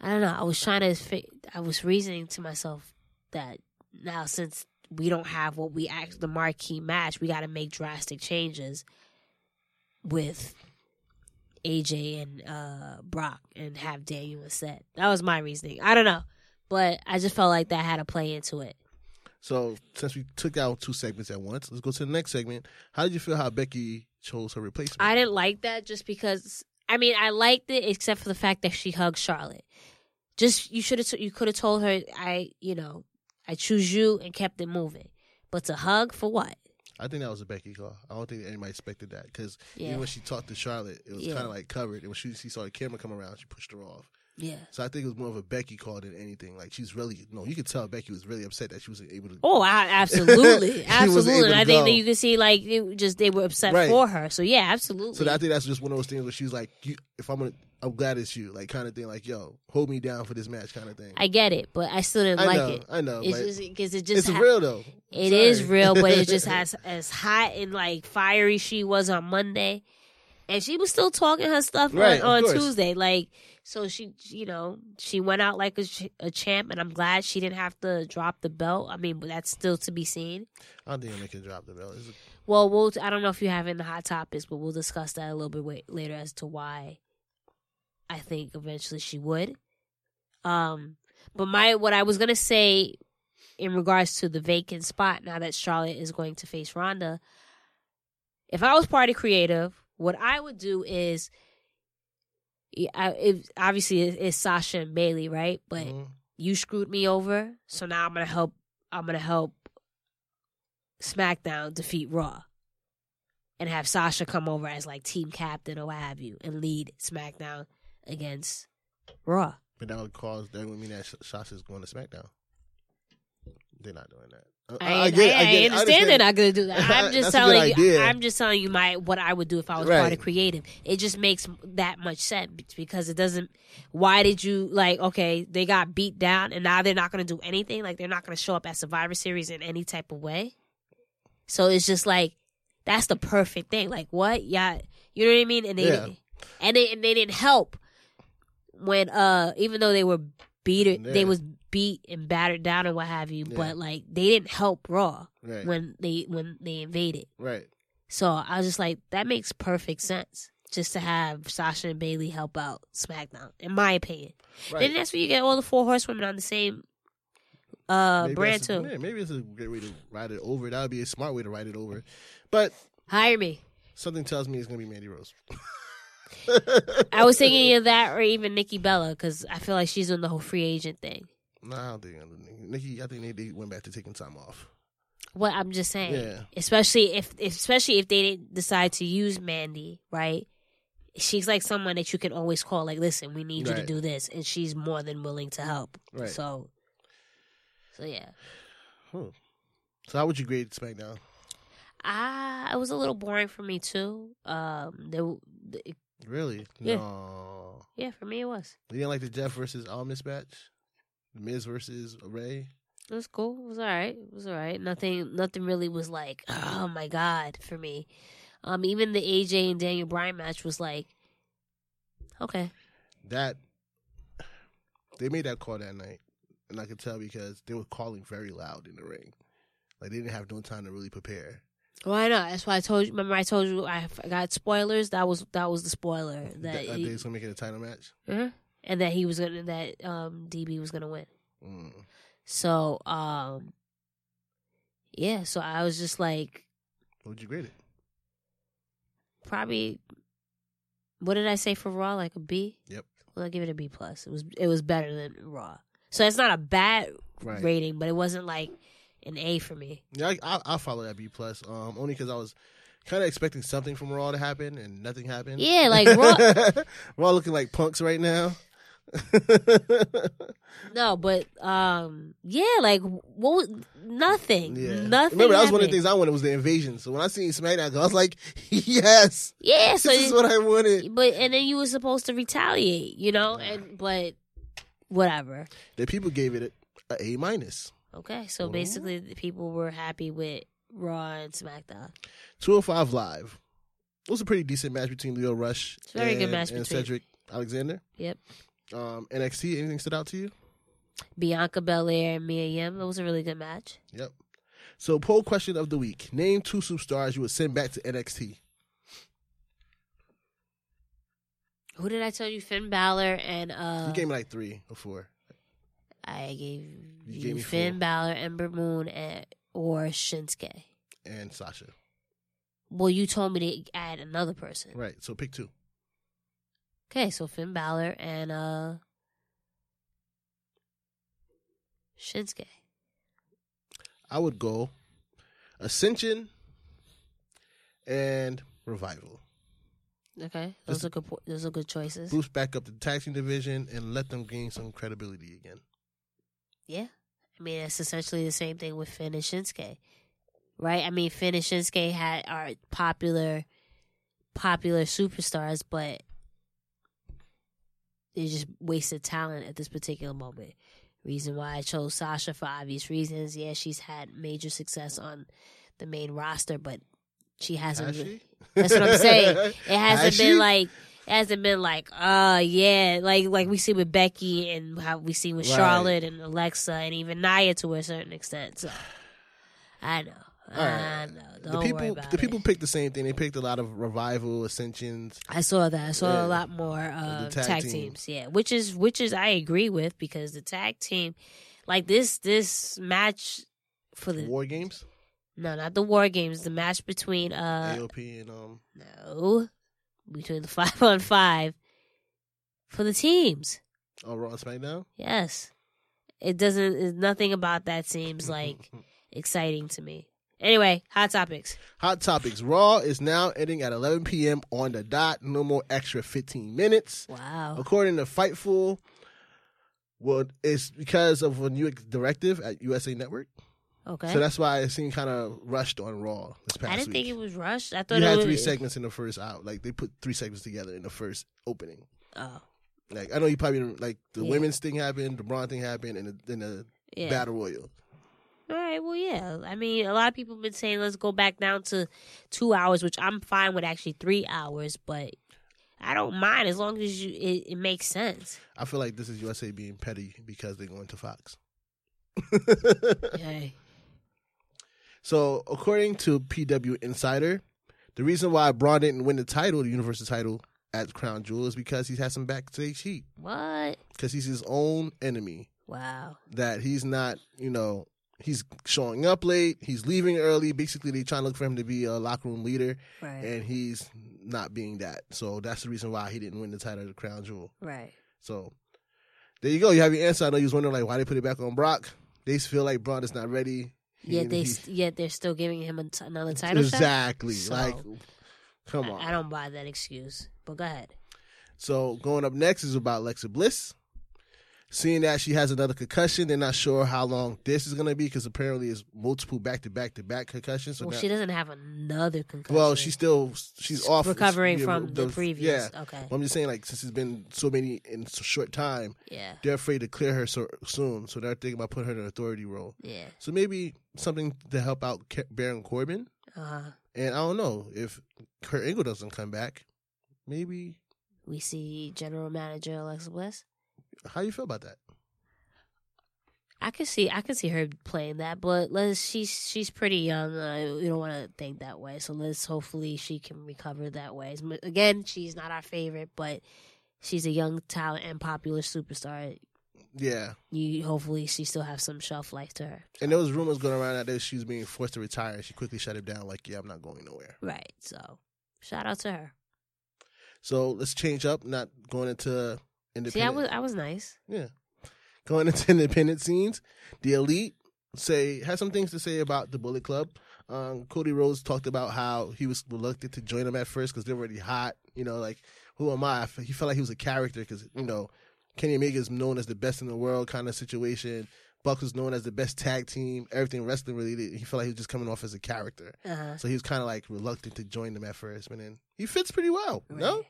[SPEAKER 4] I don't know. I was trying to. Fi- I was reasoning to myself that now since we don't have what we act the marquee match, we got to make drastic changes with AJ and uh Brock and have Daniel set. That was my reasoning. I don't know, but I just felt like that had to play into it.
[SPEAKER 3] So since we took out two segments at once, let's go to the next segment. How did you feel how Becky chose her replacement?
[SPEAKER 4] I didn't like that just because. I mean, I liked it except for the fact that she hugged Charlotte. Just you should have you could have told her I you know I choose you and kept it moving. But to hug for what?
[SPEAKER 3] I think that was a Becky call. I don't think anybody expected that because
[SPEAKER 4] Yeah.
[SPEAKER 3] even when she talked to Charlotte, it was
[SPEAKER 4] Yeah.
[SPEAKER 3] kind of like covered. And when she, she saw the camera come around, she pushed her off.
[SPEAKER 4] Yeah.
[SPEAKER 3] So I think it was more of a Becky call than anything. Like she's really no, you could tell Becky was really upset that she wasn't able to.
[SPEAKER 4] Oh, I,
[SPEAKER 3] [LAUGHS]
[SPEAKER 4] absolutely,
[SPEAKER 3] She was able
[SPEAKER 4] absolutely. And
[SPEAKER 3] to
[SPEAKER 4] I think that
[SPEAKER 3] go.
[SPEAKER 4] you can see like it just they were upset
[SPEAKER 3] Right.
[SPEAKER 4] for her. So yeah, absolutely.
[SPEAKER 3] So I think that's just one of those things where she's like, you, "If I'm gonna, I'm glad it's you," like kind of thing. Like, "Yo, hold me down for this match," kind of thing.
[SPEAKER 4] I get it, but I still didn't
[SPEAKER 3] I
[SPEAKER 4] like
[SPEAKER 3] know,
[SPEAKER 4] it.
[SPEAKER 3] I know,
[SPEAKER 4] It's
[SPEAKER 3] but
[SPEAKER 4] just because it
[SPEAKER 3] it's
[SPEAKER 4] just ha-
[SPEAKER 3] real though.
[SPEAKER 4] It is
[SPEAKER 3] Sorry.
[SPEAKER 4] real, but it
[SPEAKER 3] [LAUGHS]
[SPEAKER 4] just has as hot and like fiery she was on Monday, and she was still talking her stuff on-
[SPEAKER 3] Right, of
[SPEAKER 4] on,
[SPEAKER 3] course.
[SPEAKER 4] Tuesday. Like, so she, you know, she went out like a, ch- a champ, and I'm glad she didn't have to drop the belt. I mean, but that's still to be seen.
[SPEAKER 3] I don't think I'm making drop the belt. It's-
[SPEAKER 4] Well, we'll I don't know if you have it in the hot topics, but we'll discuss that a little bit wait, later as to why I think eventually she would. Um, but my what I was gonna say in regards to the vacant spot now that Charlotte is going to face Ronda, if I was part of creative, what I would do is, yeah, I, if, obviously it- it's Sasha and Bailey, right? But
[SPEAKER 3] Mhm.
[SPEAKER 4] you screwed me over, so now I'm gonna help. I'm gonna help SmackDown defeat Raw, and have Sasha come over as like team captain or what have you, and lead SmackDown against Raw.
[SPEAKER 3] But that would cause that would mean that Sh- Sasha's going to SmackDown. They're not doing that.
[SPEAKER 4] I, I- I
[SPEAKER 3] it.
[SPEAKER 4] understand they're not gonna do
[SPEAKER 3] [LAUGHS]
[SPEAKER 4] that. I'm
[SPEAKER 3] That's
[SPEAKER 4] just
[SPEAKER 3] a
[SPEAKER 4] telling you.
[SPEAKER 3] good idea.
[SPEAKER 4] I'm just telling you my what I would do if I was part
[SPEAKER 3] Right.
[SPEAKER 4] of creative. It just makes that much sense because it doesn't. Why did you like? Okay, they got beat down, and now they're not gonna do anything. Like they're not gonna show up at Survivor Series in any type of way. So it's just like that's the perfect thing. Like what? Yeah, you know what I mean. And they
[SPEAKER 3] Yeah.
[SPEAKER 4] didn't- and they and they didn't help when uh even though they were beat
[SPEAKER 3] Yeah.
[SPEAKER 4] they was beat and battered down and what have you,
[SPEAKER 3] Yeah.
[SPEAKER 4] but like they didn't help Raw
[SPEAKER 3] Right.
[SPEAKER 4] when they when they invaded.
[SPEAKER 3] right.
[SPEAKER 4] So I was just like, that makes perfect sense. Just to have Sasha and Bailey help out SmackDown, in my opinion.
[SPEAKER 3] Right.
[SPEAKER 4] Then that's where you get all the four horsewomen on the same uh
[SPEAKER 3] Maybe
[SPEAKER 4] brand
[SPEAKER 3] that's a-
[SPEAKER 4] too.
[SPEAKER 3] yeah, maybe it's a great way to ride it over. That would be a smart way to ride it over. But
[SPEAKER 4] Hire me.
[SPEAKER 3] something tells me it's going to be Mandy Rose.
[SPEAKER 4] I was thinking of that or even Nikki Bella because I feel like she's doing the whole free agent thing.
[SPEAKER 3] Nah, I don't think I'm gonna- Nikki. I think they, they went back to taking time off.
[SPEAKER 4] What I'm just saying,
[SPEAKER 3] Yeah.
[SPEAKER 4] especially if especially if they didn't decide to use Mandy, right? She's like someone that you can always call, like, listen, we need you
[SPEAKER 3] Right.
[SPEAKER 4] to do this, and she's more than willing to help.
[SPEAKER 3] Right.
[SPEAKER 4] So, so yeah,
[SPEAKER 3] So how would you grade SmackDown?
[SPEAKER 4] I it was a little boring for me too. Um, there, w- th-
[SPEAKER 3] Really?
[SPEAKER 4] Yeah.
[SPEAKER 3] No.
[SPEAKER 4] yeah, for me it was
[SPEAKER 3] You didn't like the Jeff versus All Miss match? Miz versus Ray?
[SPEAKER 4] it was cool. It was all right. It was all right. Nothing, nothing really was like, oh my god, for me. Um, even the AJ and Daniel Bryan match was like, okay,
[SPEAKER 3] That they made that call that night, and I could tell because they were calling very loud in the ring. Like they didn't have no time to really prepare.
[SPEAKER 4] Well, I know. That's why I told you. Remember, I told you I f- got spoilers. That was that was the spoiler that
[SPEAKER 3] That, that
[SPEAKER 4] he,
[SPEAKER 3] they's gonna make it a title match.
[SPEAKER 4] Mhm. and that he was gonna that um DB was gonna win.
[SPEAKER 3] Mm.
[SPEAKER 4] So um, yeah. So I was just like,
[SPEAKER 3] What would you grade it?
[SPEAKER 4] probably. What did I say for Raw? Like a B.
[SPEAKER 3] Yep.
[SPEAKER 4] Well, I give it a B plus. It was it was better than Raw. So it's not a bad
[SPEAKER 3] Right.
[SPEAKER 4] rating, but it wasn't like an A for me.
[SPEAKER 3] Yeah, I, I, I'll follow that B plus. Um, only because I was kind of expecting something from Raw to happen, and nothing happened.
[SPEAKER 4] Yeah,
[SPEAKER 3] [LAUGHS]
[SPEAKER 4] like Raw.
[SPEAKER 3] Raw looking like punks right now. [LAUGHS]
[SPEAKER 4] No, but um, yeah, like what? Was, nothing.
[SPEAKER 3] Yeah.
[SPEAKER 4] Nothing.
[SPEAKER 3] Remember, that was one of
[SPEAKER 4] happened.
[SPEAKER 3] the things I wanted was the invasion. So when I seen SmackDown, I was like, [LAUGHS] yes,
[SPEAKER 4] Yeah. So,
[SPEAKER 3] this is what I wanted.
[SPEAKER 4] but and then you were supposed to retaliate, you know, and but whatever.
[SPEAKER 3] The people gave it a A minus.
[SPEAKER 4] Okay, so
[SPEAKER 3] Mhm.
[SPEAKER 4] basically, the people were happy with Raw and SmackDown.
[SPEAKER 3] 205 Live. It was a pretty decent match between Leo Rush
[SPEAKER 4] It's a very
[SPEAKER 3] and,
[SPEAKER 4] good match
[SPEAKER 3] and
[SPEAKER 4] between-
[SPEAKER 3] Cedric Alexander.
[SPEAKER 4] Yep.
[SPEAKER 3] Um, NXT, anything stood out to you?
[SPEAKER 4] Bianca Belair and Mia Yim. It was a really good match.
[SPEAKER 3] Yep. So poll question of the week: Name two superstars you would send back to NXT.
[SPEAKER 4] Who did I tell you? Finn Balor and uh,
[SPEAKER 3] you gave me like three or four.
[SPEAKER 4] I gave
[SPEAKER 3] You
[SPEAKER 4] you,
[SPEAKER 3] gave me
[SPEAKER 4] Finn
[SPEAKER 3] four.
[SPEAKER 4] Balor, Ember Moon, and or Shinsuke.
[SPEAKER 3] and Sasha.
[SPEAKER 4] Well, you told me to add another person.
[SPEAKER 3] Right. So pick two.
[SPEAKER 4] Okay, so Finn Balor and uh Shinsuke.
[SPEAKER 3] I would go Ascension and Revival.
[SPEAKER 4] Okay,
[SPEAKER 3] Just-
[SPEAKER 4] those are good. po- Those are good choices.
[SPEAKER 3] Boost back up the tag team division and let them gain some credibility again.
[SPEAKER 4] Yeah, I mean it's essentially the same thing with Finn and Shinsuke, right? I mean Finn and Shinsuke had are popular, popular superstars, but they just wasted talent at this particular moment. Reason why I chose Sasha for obvious reasons. Yeah, she's had major success on the main roster, but she hasn't.
[SPEAKER 3] Has
[SPEAKER 4] re-
[SPEAKER 3] she?
[SPEAKER 4] That's what I'm saying. It
[SPEAKER 3] [LAUGHS]
[SPEAKER 4] hasn't
[SPEAKER 3] Has she?
[SPEAKER 4] been like it hasn't been like, uh yeah, like like we see with Becky and how we see with
[SPEAKER 3] Right.
[SPEAKER 4] Charlotte and Alexa and even Nia to a certain extent. So I know.
[SPEAKER 3] All
[SPEAKER 4] I
[SPEAKER 3] right.
[SPEAKER 4] know. Don't
[SPEAKER 3] The
[SPEAKER 4] worry
[SPEAKER 3] people,
[SPEAKER 4] about
[SPEAKER 3] the people
[SPEAKER 4] it.
[SPEAKER 3] picked the same thing. They picked a lot of Revival, Ascensions.
[SPEAKER 4] I saw that. I saw
[SPEAKER 3] Yeah.
[SPEAKER 4] a lot more uh,
[SPEAKER 3] tag
[SPEAKER 4] tag,
[SPEAKER 3] teams.
[SPEAKER 4] teams. Yeah, which is which is I agree with because the tag team, like this this match for the
[SPEAKER 3] War Games.
[SPEAKER 4] No, not the war games. The match between uh
[SPEAKER 3] AOP and um.
[SPEAKER 4] no, between the [LAUGHS] five on five for the teams.
[SPEAKER 3] Oh, Raw and SmackDown.
[SPEAKER 4] Yes, it doesn't. it- Nothing about that
[SPEAKER 3] [LAUGHS]
[SPEAKER 4] seems like exciting to me. Anyway, hot topics.
[SPEAKER 3] Hot topics. Raw is now ending at 11 p.m. on the dot. No more extra 15 minutes.
[SPEAKER 4] Wow.
[SPEAKER 3] According to Fightful, well, it's because of a new directive at USA Network.
[SPEAKER 4] Okay.
[SPEAKER 3] So that's why it seemed kind of rushed on Raw this past
[SPEAKER 4] I didn't
[SPEAKER 3] week.
[SPEAKER 4] think it was rushed. I thought
[SPEAKER 3] you
[SPEAKER 4] it
[SPEAKER 3] had
[SPEAKER 4] was,
[SPEAKER 3] three segments in the first out. Like they put three segments together in the first opening.
[SPEAKER 4] Oh,
[SPEAKER 3] Like I know you probably didn't- like the
[SPEAKER 4] Yeah.
[SPEAKER 3] women's thing happened, the Braun thing happened, and the, then the
[SPEAKER 4] yeah.
[SPEAKER 3] battle royal.
[SPEAKER 4] All right. Well, yeah. I mean, a lot of people have been saying let's go back down to two hours, which I'm fine with actually three hours, but I don't mind as long as you it, it
[SPEAKER 3] [LAUGHS]
[SPEAKER 4] makes sense.
[SPEAKER 3] I feel like this is USA being petty because they're going to Fox.
[SPEAKER 4] Yay.
[SPEAKER 3] So, according to PW Insider, the reason why Braun didn't win the title, the Universal title at Crown Jewel, is because he's had some backstage heat.
[SPEAKER 4] What?
[SPEAKER 3] Because he's his own enemy.
[SPEAKER 4] Wow.
[SPEAKER 3] That he's not, you know, he's showing up late, he's leaving early. Basically, they're trying to look for him to be a locker room leader,
[SPEAKER 4] Right.
[SPEAKER 3] and he's not being that. So, that's the reason why he didn't win the title at the Crown Jewel.
[SPEAKER 4] Right.
[SPEAKER 3] So, there you go. You have your answer. I know you was wondering, like, why they put it back on Brock. They feel like Braun is not ready. He-
[SPEAKER 4] Yet they
[SPEAKER 3] he-
[SPEAKER 4] st- yet they're still giving him a t- another title shot.
[SPEAKER 3] exactly.
[SPEAKER 4] So-
[SPEAKER 3] like, come
[SPEAKER 4] I-
[SPEAKER 3] on.
[SPEAKER 4] I, don't buy that excuse. But go ahead.
[SPEAKER 3] so going up next is about Alexa Bliss. Seeing that she has another concussion, they're not sure how long this is going to be because apparently it's multiple back to back to back concussions. So
[SPEAKER 4] well,
[SPEAKER 3] now-
[SPEAKER 4] she doesn't have another concussion.
[SPEAKER 3] well, she's still she's off
[SPEAKER 4] recovering
[SPEAKER 3] yeah,
[SPEAKER 4] from the, previous.
[SPEAKER 3] Yeah,
[SPEAKER 4] Okay.
[SPEAKER 3] But I'm just saying like since it's been so many in so short time,
[SPEAKER 4] Yeah.
[SPEAKER 3] they're afraid to clear her so soon, so they're thinking about putting her in an authority role.
[SPEAKER 4] Yeah.
[SPEAKER 3] So maybe something to help out Ca- Baron Corbin.
[SPEAKER 4] Uh huh.
[SPEAKER 3] And I don't know if Kurt Angle doesn't come back, maybe
[SPEAKER 4] We see General Manager Alexa Bliss.
[SPEAKER 3] how you feel about that?
[SPEAKER 4] I could see I could see her playing that, but let's she's she's pretty young. Uh, you don't want to think that way, so let's hopefully she can recover that way. As mu- Again, she's not our favorite, but she's a young talent and popular superstar.
[SPEAKER 3] Yeah.
[SPEAKER 4] You hopefully she still have some shelf life to her,
[SPEAKER 3] And there was rumors going around that she was being forced to retire, and she quickly shut it down. Like, yeah, I'm not going nowhere.
[SPEAKER 4] right? So shout out to her.
[SPEAKER 3] So let's change up, not going into independent,
[SPEAKER 4] See, I was I was nice.
[SPEAKER 3] going into [LAUGHS] independent scenes. The elite say has some things to say about the Bullet Club. Um, Cody Rhodes talked about how he was reluctant to join them at first because they're already hot. You know, like who am I? He felt like he was a character because you know Kenny Omega is known as the best in the world kind of situation. Buck was known as the best tag team. Everything wrestling related, he felt like he was just coming off as a character.
[SPEAKER 4] Uh-huh.
[SPEAKER 3] So he was kind of like reluctant to join them at first, but then he fits pretty well. No,
[SPEAKER 4] Right.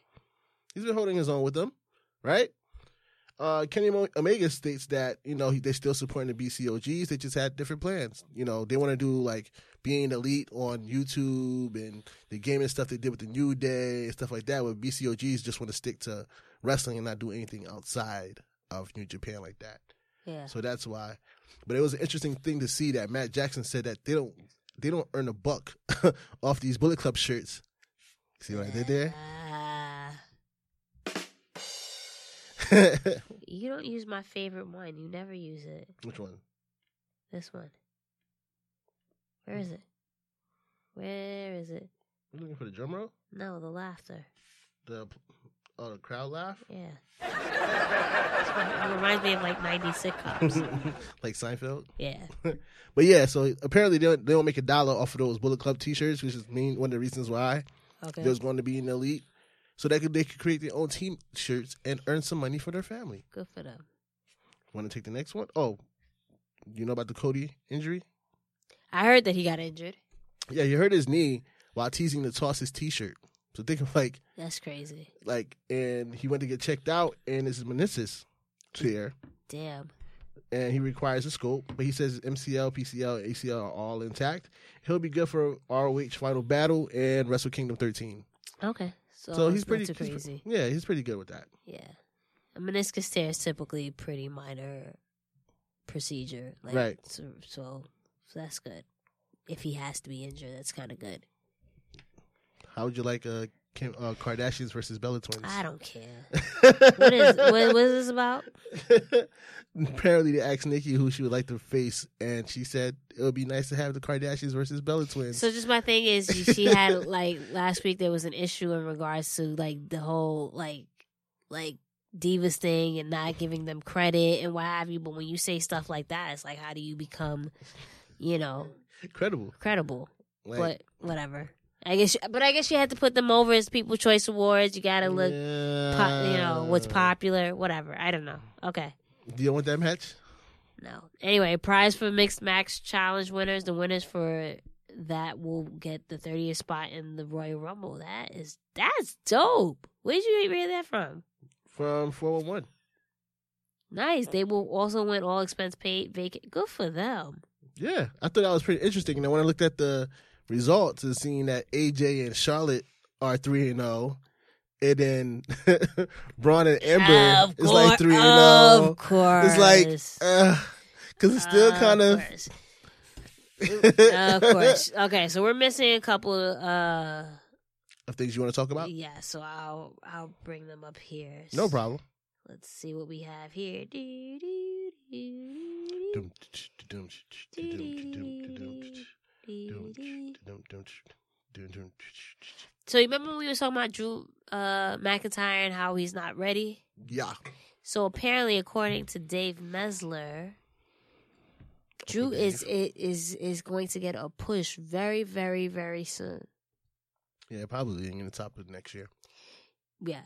[SPEAKER 3] he's been holding his own with them, right? Uh, Kenny Mo- Omega states that you know he, they're still supporting the BCOGs. They just had different plans. You know they want to do like being elite on YouTube and the gaming stuff they did with the New Day and stuff like that. Where BCOGs just want to stick to wrestling and not do anything outside of New Japan like that.
[SPEAKER 4] Yeah.
[SPEAKER 3] So that's why. But it was an interesting thing to see that Matt Jackson said that they don't they don't earn a buck [LAUGHS] off these Bullet Club shirts. See what I did there?
[SPEAKER 4] Ah, you don't use my favorite one. You never use it.
[SPEAKER 3] [LAUGHS] Which one?
[SPEAKER 4] This one. Where is it? Where is it?
[SPEAKER 3] You looking for the drum roll?
[SPEAKER 4] No, the laughter.
[SPEAKER 3] The oh the crowd laugh?
[SPEAKER 4] Yeah. [LAUGHS] it reminds me of like
[SPEAKER 3] [LAUGHS]
[SPEAKER 4] 90 sitcoms.
[SPEAKER 3] like Seinfeld?
[SPEAKER 4] Yeah.
[SPEAKER 3] But yeah, so apparently they don't, they don't make a dollar off of those Bullet Club T-shirts, which is mean one of the reasons why
[SPEAKER 4] Okay.
[SPEAKER 3] there's going to be an elite. So they could they could create their own team shirts and earn some money for their family.
[SPEAKER 4] Good for them.
[SPEAKER 3] Want to take the next one? Oh, you know about the Cody injury?
[SPEAKER 4] I heard that he got injured.
[SPEAKER 3] Yeah, he hurt his knee while teasing to toss his T-shirt. So think of like,
[SPEAKER 4] That's crazy.
[SPEAKER 3] like, and he went to get checked out, and it's his meniscus tear,
[SPEAKER 4] Damn.
[SPEAKER 3] and he requires a scope. But he says his MCL, PCL, and ACL are all intact. He'll be good for ROH Final Battle and Wrestle Kingdom 13.
[SPEAKER 4] Okay. So,
[SPEAKER 3] so
[SPEAKER 4] it's
[SPEAKER 3] he's
[SPEAKER 4] Oh, not
[SPEAKER 3] pretty
[SPEAKER 4] too
[SPEAKER 3] he's pre-
[SPEAKER 4] crazy.
[SPEAKER 3] yeah, he's pretty good with that.
[SPEAKER 4] yeah. A meniscus tear is typically pretty minor procedure. Like,
[SPEAKER 3] Right.
[SPEAKER 4] So, so that's good. If he has to be injured, that's kind of good.
[SPEAKER 3] How would you like uh, Kim uh, Kardashians versus Bella twins.
[SPEAKER 4] I don't care.
[SPEAKER 3] [LAUGHS]
[SPEAKER 4] what is what, what is this about?
[SPEAKER 3] Apparently, they asked Nikki who she would like to face, and she said it would be nice to have the Kardashians versus Bella twins.
[SPEAKER 4] So just my thing is she- she had like last week there was an issue in regards to like the whole like like divas thing and not giving them credit and what have you. But when you say stuff like that, it's like how do you become, you know,
[SPEAKER 3] Incredible.
[SPEAKER 4] credible?
[SPEAKER 3] Like,
[SPEAKER 4] but whatever. I guess, but I guess you had to put them over as People Choice Awards. You gotta look, pop, you know, what's
[SPEAKER 3] yeah.
[SPEAKER 4] popular, whatever. I don't know. Okay.
[SPEAKER 3] Do you want that match?
[SPEAKER 4] No. Anyway, prize for mixed match challenge winners. The winners for that will get the 30th spot in the Royal Rumble. That is that's dope. Where did you even hear that from?
[SPEAKER 3] From oh 411.
[SPEAKER 4] Nice. They will also win all expense paid vacant. Good for them.
[SPEAKER 3] Yeah, I thought that was pretty interesting. And then when I looked at the results and seeing that AJ and Charlotte are 3 and 0, and then [LAUGHS] Braun and Ember is like 3 and 0.
[SPEAKER 4] Of course.
[SPEAKER 3] It's like, because it's still kind of.
[SPEAKER 4] course. of [LAUGHS] course. Okay, so we're missing a couple uh
[SPEAKER 3] [LAUGHS] Of things you want to talk about?
[SPEAKER 4] yeah, so I'll I'll bring them up here.
[SPEAKER 3] No problem.
[SPEAKER 4] Let's see what we have here. Do, do, do, do, do, do, do. So you remember we were talking about Drew uh, McIntyre and how he's not ready.
[SPEAKER 3] Yeah.
[SPEAKER 4] So apparently, according to Dave Mesler, Drew is i- is is going to get a push very, very, very soon.
[SPEAKER 3] Yeah, probably in the top of next year.
[SPEAKER 4] Yeah.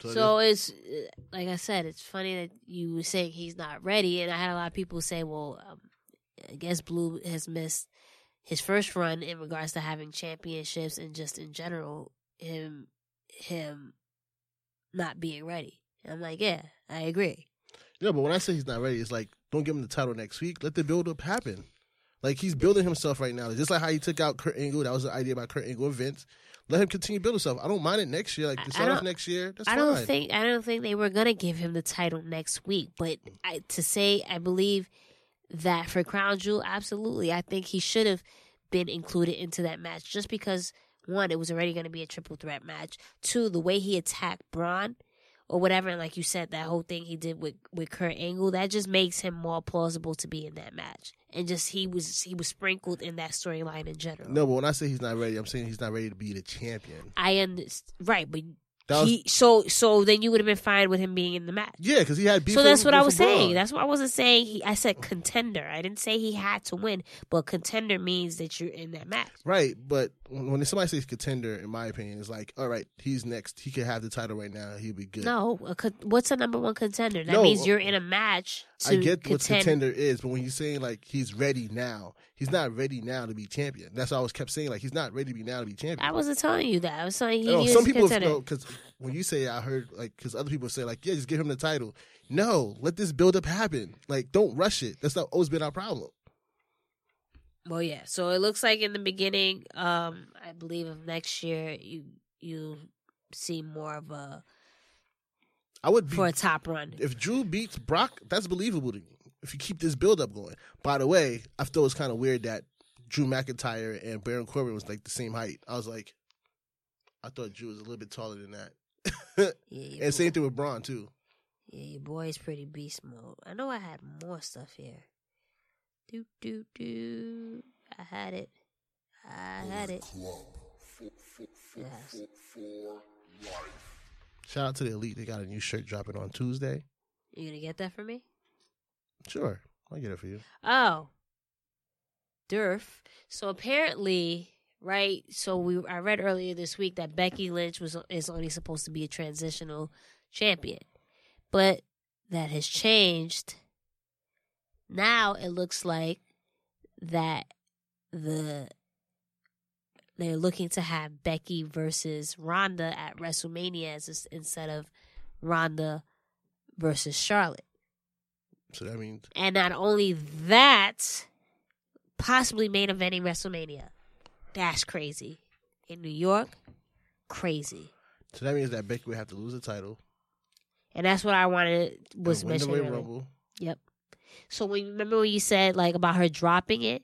[SPEAKER 3] So,
[SPEAKER 4] So it's uh, like I said, it's funny that you were saying he's not ready, and I had a lot of people say, "Well, um, I guess Blue has missed his first run in regards to having championships and just in general him him not being ready." And I'm like, "Yeah, I agree."
[SPEAKER 3] yeah, but when I say he's not ready, it's like don't give him the title next week. Let the build up happen. Like he's building himself right now. Just like how he took out Kurt Angle. That was the idea about Kurt Angle and Vince. Let him continue to build himself. I don't mind it next year. Like
[SPEAKER 4] I-
[SPEAKER 3] to
[SPEAKER 4] I
[SPEAKER 3] start off
[SPEAKER 4] don't-
[SPEAKER 3] next year. That's
[SPEAKER 4] I
[SPEAKER 3] fine.
[SPEAKER 4] don't think I don't think they were gonna give him the title next week, but I, to say I believe that for Crown Jewel, absolutely, I think he should have been included into that match just because one, it was already gonna be a triple threat match. Two, the way he attacked Braun or whatever, and like you said, that whole thing he did with with Kurt Angle, that just makes him more plausible to be in that match. And just he was he was sprinkled in that storyline in general.
[SPEAKER 3] No, but when I say he's not ready, I'm saying he's not ready to be the champion.
[SPEAKER 4] I understand, right? But
[SPEAKER 3] That was,
[SPEAKER 4] he so so then you would have been fine with him being in the match.
[SPEAKER 3] yeah, because he had beef.
[SPEAKER 4] So that's
[SPEAKER 3] with-
[SPEAKER 4] what I
[SPEAKER 3] with
[SPEAKER 4] was
[SPEAKER 3] Braun.
[SPEAKER 4] saying. That's what I wasn't saying. He, I said contender. I didn't say he had to win, but contender means that you're in that match.
[SPEAKER 3] Right, but when when somebody says contender, in my opinion, it's like, all right, he's next. He could have the title right now. He'll be good.
[SPEAKER 4] No, a con- what's a number one contender? That
[SPEAKER 3] No, uh,
[SPEAKER 4] means you're in a match. To
[SPEAKER 3] I get what
[SPEAKER 4] contend.
[SPEAKER 3] contender is, but when you're saying like he's ready now, he's not ready now to be champion. That's what I was kept saying. Like he's not ready to be now to be champion.
[SPEAKER 4] I wasn't telling you that. I was telling you
[SPEAKER 3] No,
[SPEAKER 4] he is
[SPEAKER 3] Oh, some people
[SPEAKER 4] contender.
[SPEAKER 3] because when you say I heard like because other people say like yeah, just give him the title. No, let this build up happen. Like don't rush it. That's not always been our problem.
[SPEAKER 4] Well, yeah. So it looks like in the beginning, um, I believe of next year, you you see more of a
[SPEAKER 3] I would be
[SPEAKER 4] for a top run.
[SPEAKER 3] if Drew beats Brock, that's believable to me. If you keep this build up going. By the way, I thought it was kind of weird that Drew McIntyre and Baron Corbin was like the same height. I was like, I thought Drew was a little bit taller than that. [LAUGHS]
[SPEAKER 4] Yeah, your
[SPEAKER 3] and same
[SPEAKER 4] boy-
[SPEAKER 3] thing with Braun too.
[SPEAKER 4] Yeah, your boy's pretty beast mode. I know I had more stuff here. Do do do. I had it. I had it. Yes.
[SPEAKER 3] Shout out to the Elite. They got a new shirt dropping on Tuesday.
[SPEAKER 4] You gonna get that for me?
[SPEAKER 3] Sure, I'll get it for you.
[SPEAKER 4] Oh. Durf. So apparently, right? So we I read earlier this week that Becky Lynch was is only supposed to be a transitional champion. But that has changed. Now it looks like that the they're looking to have Becky versus Ronda at WrestleMania as, instead of Ronda versus Charlotte.
[SPEAKER 3] So that means
[SPEAKER 4] And not only that, possibly main eventing WrestleMania. That's crazy. In New York, crazy.
[SPEAKER 3] so that means that Becky would have to lose the title.
[SPEAKER 4] And that's what I wanted
[SPEAKER 3] and
[SPEAKER 4] was
[SPEAKER 3] win the
[SPEAKER 4] mentioned.
[SPEAKER 3] Royal
[SPEAKER 4] earlier.
[SPEAKER 3] Rumble.
[SPEAKER 4] Yep. So when remember when you said like about her dropping it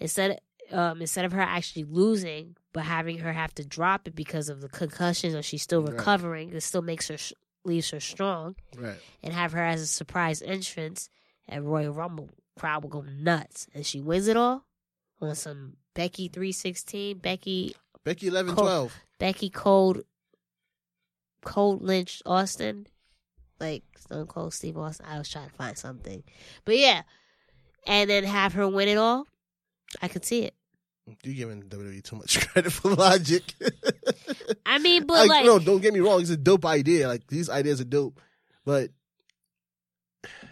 [SPEAKER 4] instead um, instead of her actually losing, but having her have to drop it because of the concussions or she's still
[SPEAKER 3] Right.
[SPEAKER 4] recovering, it still makes her sh- leaves her strong,
[SPEAKER 3] Right.
[SPEAKER 4] and have her as a surprise entrance at Royal Rumble. Crowd will go nuts, and she wins it all on some Becky three sixteen, Becky
[SPEAKER 3] Becky 11
[SPEAKER 4] Cool.
[SPEAKER 3] 12.
[SPEAKER 4] Becky Cold, Cold Lynch Austin, like Stone Cold Steve Austin. I was trying to find something, but yeah, and then have her win it all. I could see it.
[SPEAKER 3] You're giving WWE too much [LAUGHS] credit for logic. [LAUGHS]
[SPEAKER 4] I mean, but
[SPEAKER 3] like,
[SPEAKER 4] like,
[SPEAKER 3] no, don't get me wrong. It's a dope idea. Like, these ideas are dope. But [SIGHS]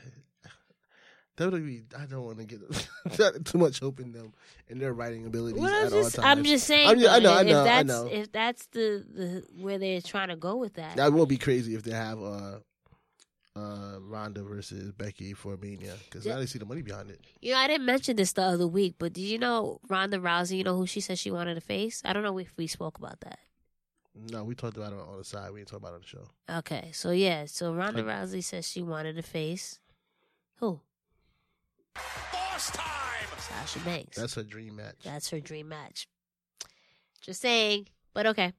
[SPEAKER 3] WWE, I don't want to get [LAUGHS] too much hope in them and their writing abilities
[SPEAKER 4] what
[SPEAKER 3] at
[SPEAKER 4] I'm just,
[SPEAKER 3] all times.
[SPEAKER 4] I'm just saying.
[SPEAKER 3] I'm ju- I know,
[SPEAKER 4] though,
[SPEAKER 3] I
[SPEAKER 4] if
[SPEAKER 3] know, I
[SPEAKER 4] that's,
[SPEAKER 3] know.
[SPEAKER 4] If that's the, the where they're trying to go with that,
[SPEAKER 3] That won't be crazy if they have uh, uh, Ronda versus Becky for Mania because now they see the money behind it.
[SPEAKER 4] you know, I didn't mention this the other week, but did you know Ronda Rousey? You know who she said she wanted to face? I don't know if we spoke about that.
[SPEAKER 3] No, we talked about it on the side. We didn't talk about it on the show.
[SPEAKER 4] Okay, so yeah, so Ronda
[SPEAKER 3] Okay.
[SPEAKER 4] Rousey says she wanted to face who?
[SPEAKER 1] Boss time.
[SPEAKER 4] Sasha Banks.
[SPEAKER 3] That's her dream match.
[SPEAKER 4] That's her dream match. Just saying, but okay,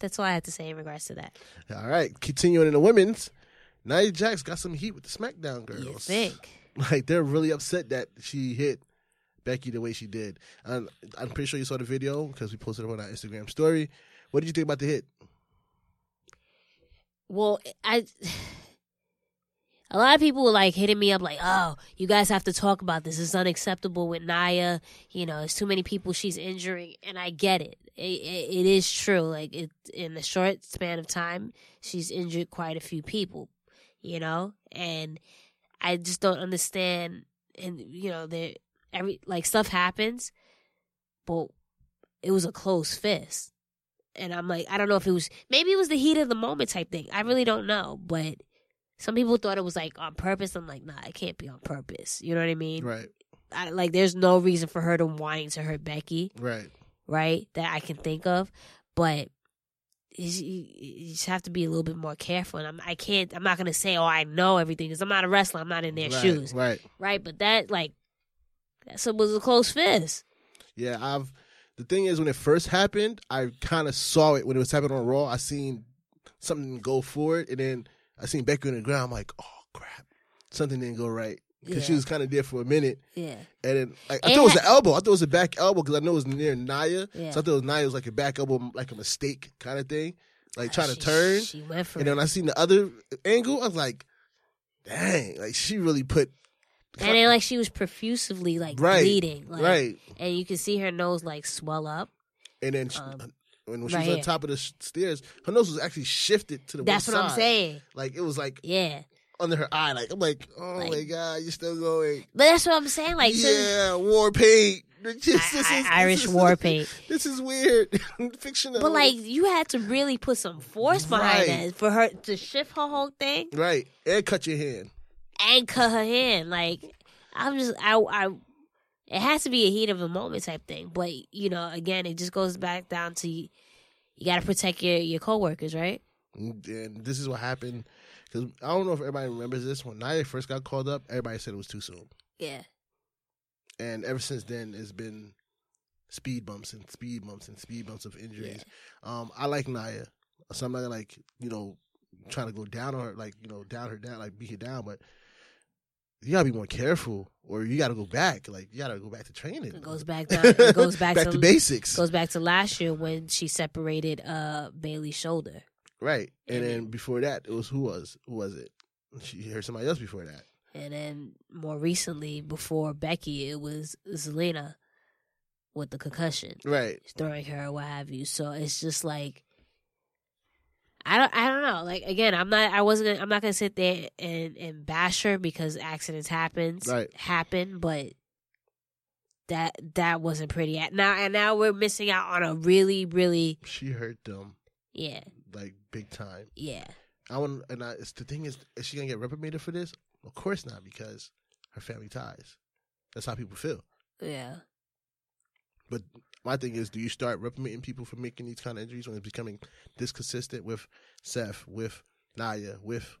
[SPEAKER 4] that's all I had to say in regards to that.
[SPEAKER 3] All right, continuing in the women's. Nia Jax got some heat with the SmackDown girls.
[SPEAKER 4] You think?
[SPEAKER 3] [LAUGHS] Like they're really upset that she hit Becky the way she did. And I'm pretty sure you saw the video because we posted it on our Instagram story. What did you think about the hit?
[SPEAKER 4] Well, I [SIGHS] a lot of people were like hitting me up like, "Oh, you guys have to talk about this. It's unacceptable with Naya. You know, it's too many people she's injuring." And I get it. It, it, it is true. Like it in the short span of time, she's injured quite a few people. You know, and I just don't understand. And you know, there every like stuff happens, but it was a close fist and I'm like, I don't know if it was maybe it was the heat of the moment type thing. I really don't know, but some people thought it was like on purpose. I'm like, nah, it can't be on purpose. You know what I mean?
[SPEAKER 3] Right,
[SPEAKER 4] I, like, there's no reason for her to whine to hurt Becky,
[SPEAKER 3] right.
[SPEAKER 4] right? That I can think of, but you, you just have to be a little bit more careful. And I'm, I can't. I'm not gonna say, oh, I know everything because I'm not a wrestler. I'm not in their
[SPEAKER 3] right,
[SPEAKER 4] shoes,
[SPEAKER 3] Right.
[SPEAKER 4] right? But that like, that so- was a close fist.
[SPEAKER 3] Yeah, I've. The thing is, when it first happened, I kind of saw it when it was happening on Raw. I seen something go forward, and then I seen Becky on the ground. I'm like, oh crap, something didn't go right because she
[SPEAKER 4] Yeah.
[SPEAKER 3] was kind of there for a minute,
[SPEAKER 4] Yeah.
[SPEAKER 3] and then like, I
[SPEAKER 4] It
[SPEAKER 3] thought it was
[SPEAKER 4] ha-
[SPEAKER 3] the elbow. I thought it was a back elbow because I know it was near Naya,
[SPEAKER 4] Yeah.
[SPEAKER 3] so I thought it was Naya was like a back elbow, like a mistake kind of thing, like trying
[SPEAKER 4] She-
[SPEAKER 3] to turn.
[SPEAKER 4] She went for
[SPEAKER 3] and
[SPEAKER 4] it.
[SPEAKER 3] then when I seen the other angle, I was like, dang, like she really put
[SPEAKER 4] and then like she was profusively like
[SPEAKER 3] Right,
[SPEAKER 4] bleeding, like,
[SPEAKER 3] right.
[SPEAKER 4] and you could see her nose like swell up.
[SPEAKER 3] And then she,
[SPEAKER 4] Um,
[SPEAKER 3] when, when she
[SPEAKER 4] right
[SPEAKER 3] was on
[SPEAKER 4] here.
[SPEAKER 3] top of the sh- stairs, her nose was actually shifted to the
[SPEAKER 4] That's
[SPEAKER 3] one
[SPEAKER 4] what I'm
[SPEAKER 3] side.
[SPEAKER 4] saying.
[SPEAKER 3] Like it was like
[SPEAKER 4] Yeah,
[SPEAKER 3] under her eye. Like I'm like, oh
[SPEAKER 4] Like-
[SPEAKER 3] my god, you're still going.
[SPEAKER 4] but that's what I'm saying. Like, so-
[SPEAKER 3] yeah, war paint. [LAUGHS] This, this
[SPEAKER 4] I-
[SPEAKER 3] is-
[SPEAKER 4] I-
[SPEAKER 3] this
[SPEAKER 4] Irish
[SPEAKER 3] is-
[SPEAKER 4] war paint.
[SPEAKER 3] This is weird. [LAUGHS] Fictional.
[SPEAKER 4] but like you had to really put some force behind
[SPEAKER 3] Right.
[SPEAKER 4] that for her to shift her whole thing
[SPEAKER 3] right, and cut your hand.
[SPEAKER 4] and cut her hand. Like, I'm just I I. It has to be a heat of a moment type thing, but you know, again, it just goes back down to you, you got to protect your your coworkers, right?
[SPEAKER 3] And this is what happened. Because I don't know if everybody remembers this. When Nia first got called up, everybody said it was too soon.
[SPEAKER 4] Yeah,
[SPEAKER 3] and ever since then it's been speed bumps and speed bumps and speed bumps of injuries. Um, I like Naya, so I'm not gonna like you know trying to go down on her, like you know down her down, like beat her down, but you gotta be more careful, or you gotta go back, like you gotta go back to training.
[SPEAKER 4] it goes back down.
[SPEAKER 3] [LAUGHS]
[SPEAKER 4] It goes back,
[SPEAKER 3] back to, basics,
[SPEAKER 4] goes back to last year when she separated uh Bailey's shoulder.
[SPEAKER 3] right? And
[SPEAKER 4] Mhm.
[SPEAKER 3] then before that, it was who was who was it? She heard somebody else before that.
[SPEAKER 4] And then more recently, before Becky, it was Zelina with the concussion,
[SPEAKER 3] Right,
[SPEAKER 4] throwing her, what have you. So it's just like I don't, I don't know. Like again, I'm not, I wasn't, gonna- I'm not gonna sit there and and bash her because accidents happens,
[SPEAKER 3] Right.
[SPEAKER 4] happen, but that that wasn't pretty. Now and now we're missing out on a really, really,
[SPEAKER 3] she hurt them
[SPEAKER 4] yeah,
[SPEAKER 3] like big time.
[SPEAKER 4] yeah.
[SPEAKER 3] I want and I, it's the thing is, is she gonna get reprimanded for this? Of course not, because her family ties. That's how people feel.
[SPEAKER 4] Yeah,
[SPEAKER 3] But my thing is, do you start reprimanding people for making these kind of injuries when it's becoming this consistent with Seth, with Naya, with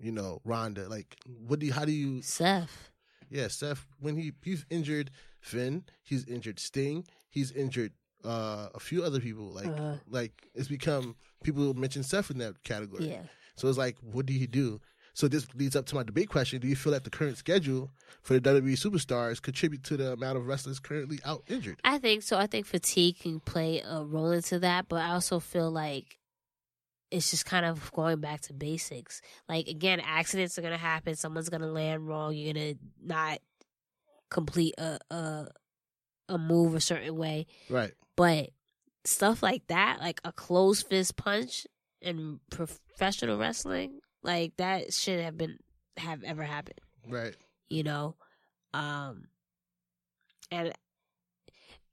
[SPEAKER 3] you know Rhonda? Like, what do you? How do you?
[SPEAKER 4] Seth.
[SPEAKER 3] Yeah, Seth, when he he's injured Finn, he's injured Sting, he's injured uh, a few other people. Like
[SPEAKER 4] Uh.
[SPEAKER 3] like it's become people mention Seth in that category.
[SPEAKER 4] Yeah.
[SPEAKER 3] So it's like, what do you do? So this leads up to my debate question: Do you feel that the current schedule for the WWE superstars contribute to the amount of wrestlers currently out injured?
[SPEAKER 4] I think so. I think fatigue can play a role into that, but I also feel like it's just kind of going back to basics. Like again, accidents are gonna happen. Someone's gonna land wrong. You're gonna not complete a a, a move a certain way.
[SPEAKER 3] Right.
[SPEAKER 4] But stuff like that, like a closed fist punch in professional wrestling, like that shouldn't have been have ever happened
[SPEAKER 3] Right.
[SPEAKER 4] you know um and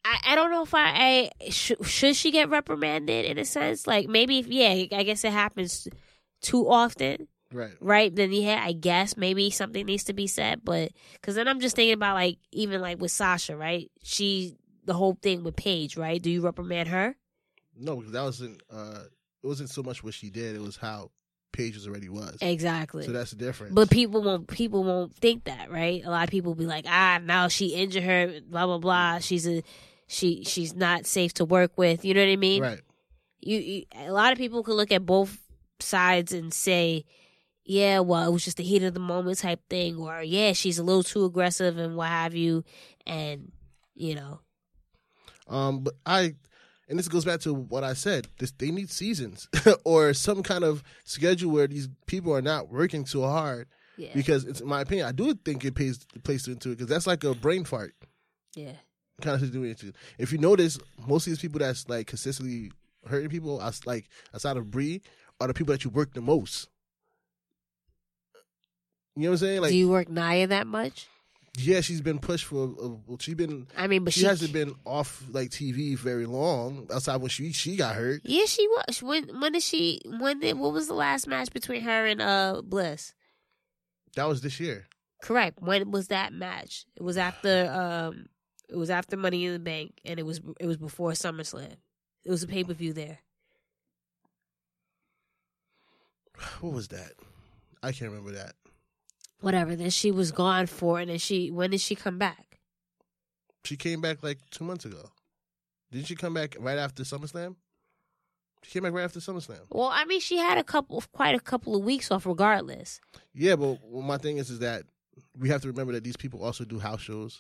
[SPEAKER 4] i i don't know if i, I sh- should she get reprimanded in a sense like maybe if yeah i guess it happens too often
[SPEAKER 3] Right.
[SPEAKER 4] right then yeah i guess maybe something needs to be said but because then i'm just thinking about like even like with sasha right she the whole thing with paige right do you reprimand her
[SPEAKER 3] No, because that wasn't. Uh, it wasn't so much what she did; it was how Paige was already was.
[SPEAKER 4] exactly
[SPEAKER 3] So that's the difference.
[SPEAKER 4] But people won't people won't think that, right? A lot of people be like, ah, now she injured her, blah blah blah. She's a she she's not safe to work with. You know what I mean?
[SPEAKER 3] right.
[SPEAKER 4] You, you a lot of people could look at both sides and say, yeah, well, it was just the heat of the moment type thing, or yeah, she's a little too aggressive and what have you, and you know,
[SPEAKER 3] Um, but I, and this goes back to what I said. This they need seasons [LAUGHS] or some kind of schedule where these people are not working too hard.
[SPEAKER 4] yeah,
[SPEAKER 3] Because it's in my opinion, I do think it pays plays into it because that's like a brain fart
[SPEAKER 4] yeah,
[SPEAKER 3] kind of situation. If you notice, most of these people that's like consistently hurting people, outs- like outside of Bree, are the people that you work the most. You know what I'm saying? Like,
[SPEAKER 4] do you work Naya that much?
[SPEAKER 3] yeah, she's been pushed for. A, well, she's been
[SPEAKER 4] I mean, but
[SPEAKER 3] she,
[SPEAKER 4] she,
[SPEAKER 3] hasn't been off like TV very long outside when she she got hurt.
[SPEAKER 4] Yeah, she was. When when did she? When did? What was the last match between her and uh Bliss?
[SPEAKER 3] That was this year.
[SPEAKER 4] Correct. When was that match? It was after um it was after Money in the Bank and it was it was before SummerSlam. It was a pay per view there.
[SPEAKER 3] What was that? I can't remember that.
[SPEAKER 4] Whatever. Then she was gone for it and then she when did she come back?
[SPEAKER 3] She came back like two months ago. Didn't she come back right after SummerSlam? She came back right after SummerSlam.
[SPEAKER 4] Well, I mean she had a couple quite a couple of weeks off regardless.
[SPEAKER 3] Yeah, but my thing is, is that we have to remember that these people also do house shows.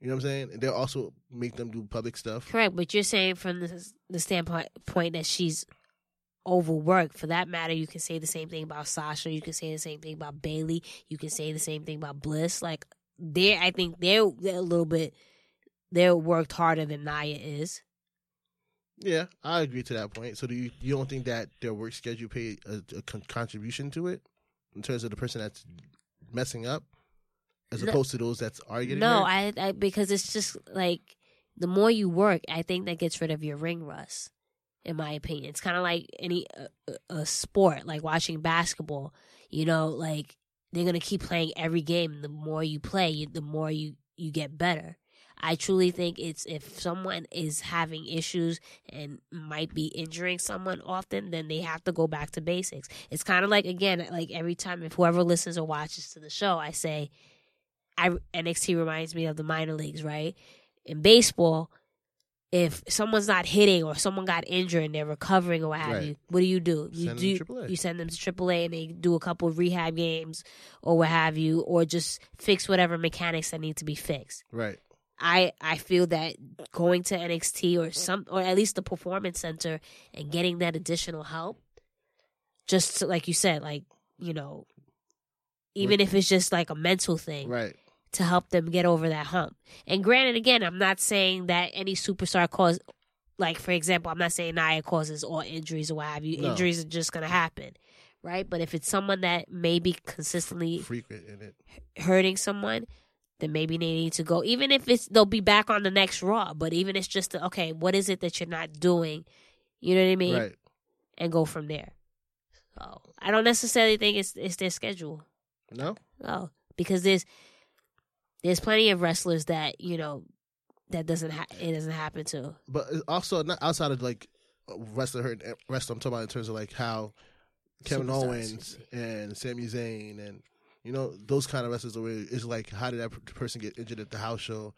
[SPEAKER 3] You know what I'm saying? And they also make them do public stuff.
[SPEAKER 4] Correct, but you're saying from the the standpoint point that she's overworked. For that matter, you can say the same thing about Sasha. You can say the same thing about Bailey. You can say the same thing about Bliss. Like they, I think they're, they're a little bit they're worked harder than Nia is.
[SPEAKER 3] Yeah, I agree to that point. So do you? You don't think that their work schedule paid a, a con- contribution to it in terms of the person that's messing up, as
[SPEAKER 4] No.
[SPEAKER 3] opposed to those that's arguing?
[SPEAKER 4] No, I, I because it's just like the more you work, I think that gets rid of your ring rust. In my opinion, it's kind of like any uh, uh, a sport, like watching basketball. You know, like they're gonna keep playing every game. The more you play, you, the more you you get better. I truly think it's if someone is having issues and might be injuring someone often, then they have to go back to basics. It's kind of like again, like every time if whoever listens or watches to the show, I say I NXT reminds me of the minor leagues, right? In baseball, if someone's not hitting or someone got injured and they're recovering or what have
[SPEAKER 3] Right.
[SPEAKER 4] you, what do you do? You
[SPEAKER 3] Send them
[SPEAKER 4] do
[SPEAKER 3] to AAA.
[SPEAKER 4] you send them to AAA and they do a couple of rehab games or what have you, or just fix whatever mechanics that need to be fixed.
[SPEAKER 3] Right.
[SPEAKER 4] I I feel that going to NXT or some or at least the performance center and getting that additional help, just to, like you said, like you know, even if it's just like a mental thing
[SPEAKER 3] Right.
[SPEAKER 4] to help them get over that hump. And granted, again, I'm not saying that any superstar cause, like for example, I'm not saying Nia causes all injuries or what have you.
[SPEAKER 3] No.
[SPEAKER 4] Injuries are just gonna happen, right? But if it's someone that may be consistently
[SPEAKER 3] Frequent in it.
[SPEAKER 4] hurting someone, then maybe they need to go. Even if it's they'll be back on the next Raw, but even it's just the, okay, what is it that you're not doing? You know what I mean?
[SPEAKER 3] Right.
[SPEAKER 4] And go from there. So I don't necessarily think it's it's their schedule.
[SPEAKER 3] No.
[SPEAKER 4] Oh, because there's there's plenty of wrestlers that you know that doesn't ha- it doesn't happen to.
[SPEAKER 3] but it's also not outside of like wrestler hurt wrestler. I'm talking about in terms of like how Kevin
[SPEAKER 4] Superstars,
[SPEAKER 3] Owens
[SPEAKER 4] excuse
[SPEAKER 3] and Sami Zayn and You know, those kind of wrestlers are where it's like, how did that per- person get injured at the house show?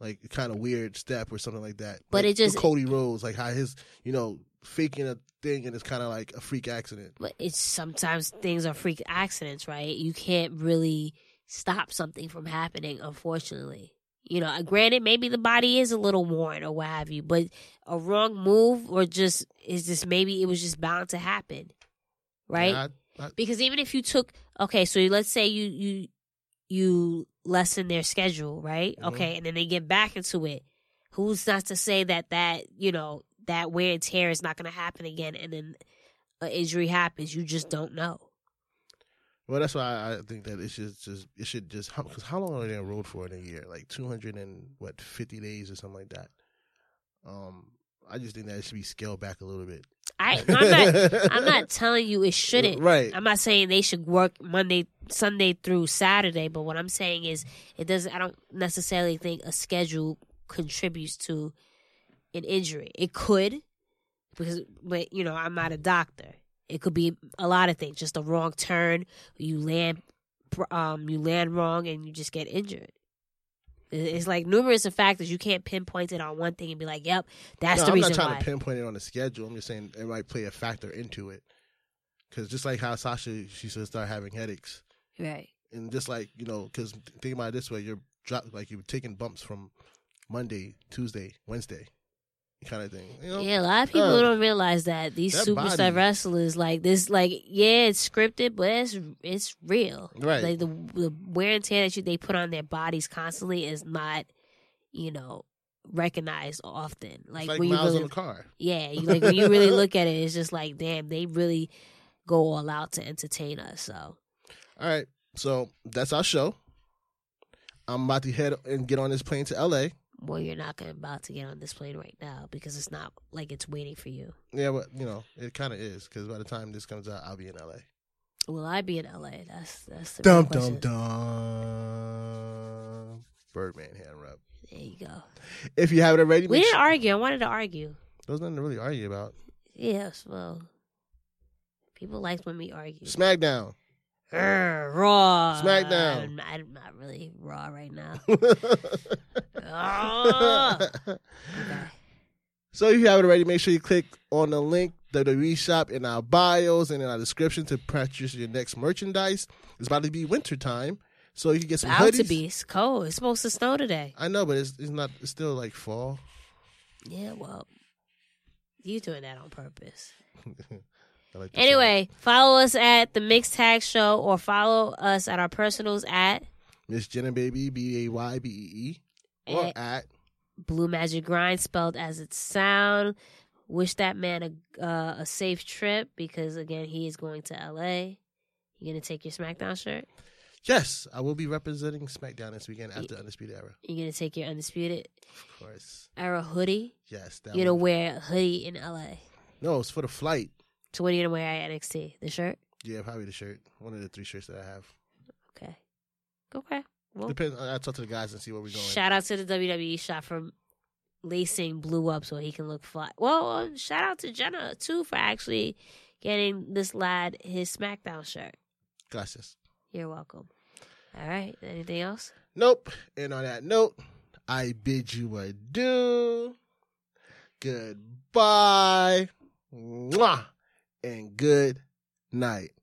[SPEAKER 3] Like kind of weird step or something like that.
[SPEAKER 4] But
[SPEAKER 3] Like
[SPEAKER 4] it just-
[SPEAKER 3] Cody Rhodes, like how his you know faking a thing and it's kind of like a freak accident.
[SPEAKER 4] But it's sometimes things are freak accidents, right? You can't really stop something from happening, unfortunately. You know, uh, granted, maybe the body is a little worn or what have you, but a wrong move or just is just maybe it was just bound to happen, right?
[SPEAKER 3] Yeah,
[SPEAKER 4] because even if you took okay so let's say you you you lessen their schedule right
[SPEAKER 3] Mhm.
[SPEAKER 4] okay and then they get back into it who's not to say that that you know that wear and tear is not going to happen again and then an injury happens you just don't know
[SPEAKER 3] Well, that's why I think that it should just it should just because how long are they on road for in a year? Like two hundred and what fifty days or something like that. Um, I just think that it should be scaled back a little bit.
[SPEAKER 4] i
[SPEAKER 3] [LAUGHS]
[SPEAKER 4] i'm not i'm not telling you it shouldn't
[SPEAKER 3] Right.
[SPEAKER 4] i'm not saying they should work monday sunday through saturday but what i'm saying is it doesn't i don't necessarily think a schedule contributes to an injury it could because but you know i'm not a doctor it could be a lot of things just a wrong turn you land um you land wrong and you just get injured It- it's like numerous of factors you can't pinpoint it on one thing and be like yep that's
[SPEAKER 3] No,
[SPEAKER 4] the
[SPEAKER 3] I'm
[SPEAKER 4] reason
[SPEAKER 3] not trying
[SPEAKER 4] why
[SPEAKER 3] to pinpoint it on the schedule. I'm just saying it might play a factor into it. Because just like how Sasha she should start having headaches,
[SPEAKER 4] right
[SPEAKER 3] and just like you know, because think about it this way, you're drop like you're taking bumps from Monday, Tuesday, Wednesday, kind of thing. You know?
[SPEAKER 4] Yeah, a lot of people
[SPEAKER 3] Uh,
[SPEAKER 4] don't realize that these
[SPEAKER 3] that
[SPEAKER 4] superstar
[SPEAKER 3] body-
[SPEAKER 4] wrestlers like this, like yeah, it's scripted, but it's it's real.
[SPEAKER 3] Right.
[SPEAKER 4] Like the, the wear and tear that you, they put on their bodies constantly is not, you know, recognized often.
[SPEAKER 3] It's
[SPEAKER 4] Like,
[SPEAKER 3] like
[SPEAKER 4] when you
[SPEAKER 3] miles
[SPEAKER 4] really,
[SPEAKER 3] on the car.
[SPEAKER 4] yeah, you, like when you really look at it, it's just like damn, they really go all out to entertain us. So
[SPEAKER 3] All right. So that's our show. I'm about to head and get on this plane to LA.
[SPEAKER 4] well, you're not gonna about to get on this plane right now because it's not like it's waiting for you.
[SPEAKER 3] Yeah, but you know, it kind of is because by the time this comes out, I'll be in LA.
[SPEAKER 4] Will I be in LA? That's that's the
[SPEAKER 3] Dum
[SPEAKER 4] real
[SPEAKER 3] dum
[SPEAKER 4] question.
[SPEAKER 3] dum. Birdman hand rub.
[SPEAKER 4] There you go.
[SPEAKER 3] If you haven't already,
[SPEAKER 4] We
[SPEAKER 3] make
[SPEAKER 4] didn't
[SPEAKER 3] sure-
[SPEAKER 4] argue. I wanted to argue.
[SPEAKER 3] there's nothing to really argue about.
[SPEAKER 4] Yes, well, people liked when we
[SPEAKER 3] [LAUGHS]
[SPEAKER 4] argued.
[SPEAKER 3] SmackDown.
[SPEAKER 4] Urgh, raw.
[SPEAKER 3] Smackdown.
[SPEAKER 4] I'm, I'm not really raw
[SPEAKER 3] [LAUGHS]
[SPEAKER 4] right now. [LAUGHS] Urgh.
[SPEAKER 3] Uh.
[SPEAKER 4] okay.
[SPEAKER 3] So if you haven't already, make sure you click on the link WWE shop in our bios and in our description to purchase your next merchandise. It's about to be winter time, so you can get some
[SPEAKER 4] Out
[SPEAKER 3] hoodies.
[SPEAKER 4] to be. It's cold. It's supposed to snow today.
[SPEAKER 3] I know, but it's it's not. It's still like fall.
[SPEAKER 4] Yeah, well, you doing that on purpose.
[SPEAKER 3] I like to say
[SPEAKER 4] Anyway, follow us at the Mix Tag Show or follow us at our personals at,
[SPEAKER 3] it. Miss Jenna Baby B A Y B E E or
[SPEAKER 4] at
[SPEAKER 3] at
[SPEAKER 4] Blue Magic Grind, spelled as it sound. Wish that man a uh, a safe trip because again he is going to L.A. You gonna take your SmackDown shirt?
[SPEAKER 3] yes. I will be representing SmackDown this weekend after Undisputed Era,
[SPEAKER 4] You gonna take your Undisputed
[SPEAKER 3] of course.
[SPEAKER 4] Era hoodie?
[SPEAKER 3] Yes, that
[SPEAKER 4] You gonna
[SPEAKER 3] one.
[SPEAKER 4] wear a hoodie in L.A.
[SPEAKER 3] no, it's for the flight.
[SPEAKER 4] So what are you gonna wear at NXT? The shirt?
[SPEAKER 3] Yeah, probably the shirt. One of the three shirts that I have.
[SPEAKER 4] Okay. Okay. Well,
[SPEAKER 3] Depends. I will talk to the guys and see where we're going.
[SPEAKER 4] shout out to the WWE shop for lacing Blue up so he can look fly. Well, um, shout out to Jenna too for actually getting this lad his SmackDown shirt.
[SPEAKER 3] Gracias.
[SPEAKER 4] You're welcome. All right. Anything else?
[SPEAKER 3] Nope. And on that note, I bid you adieu. Goodbye. Mwah. And good night.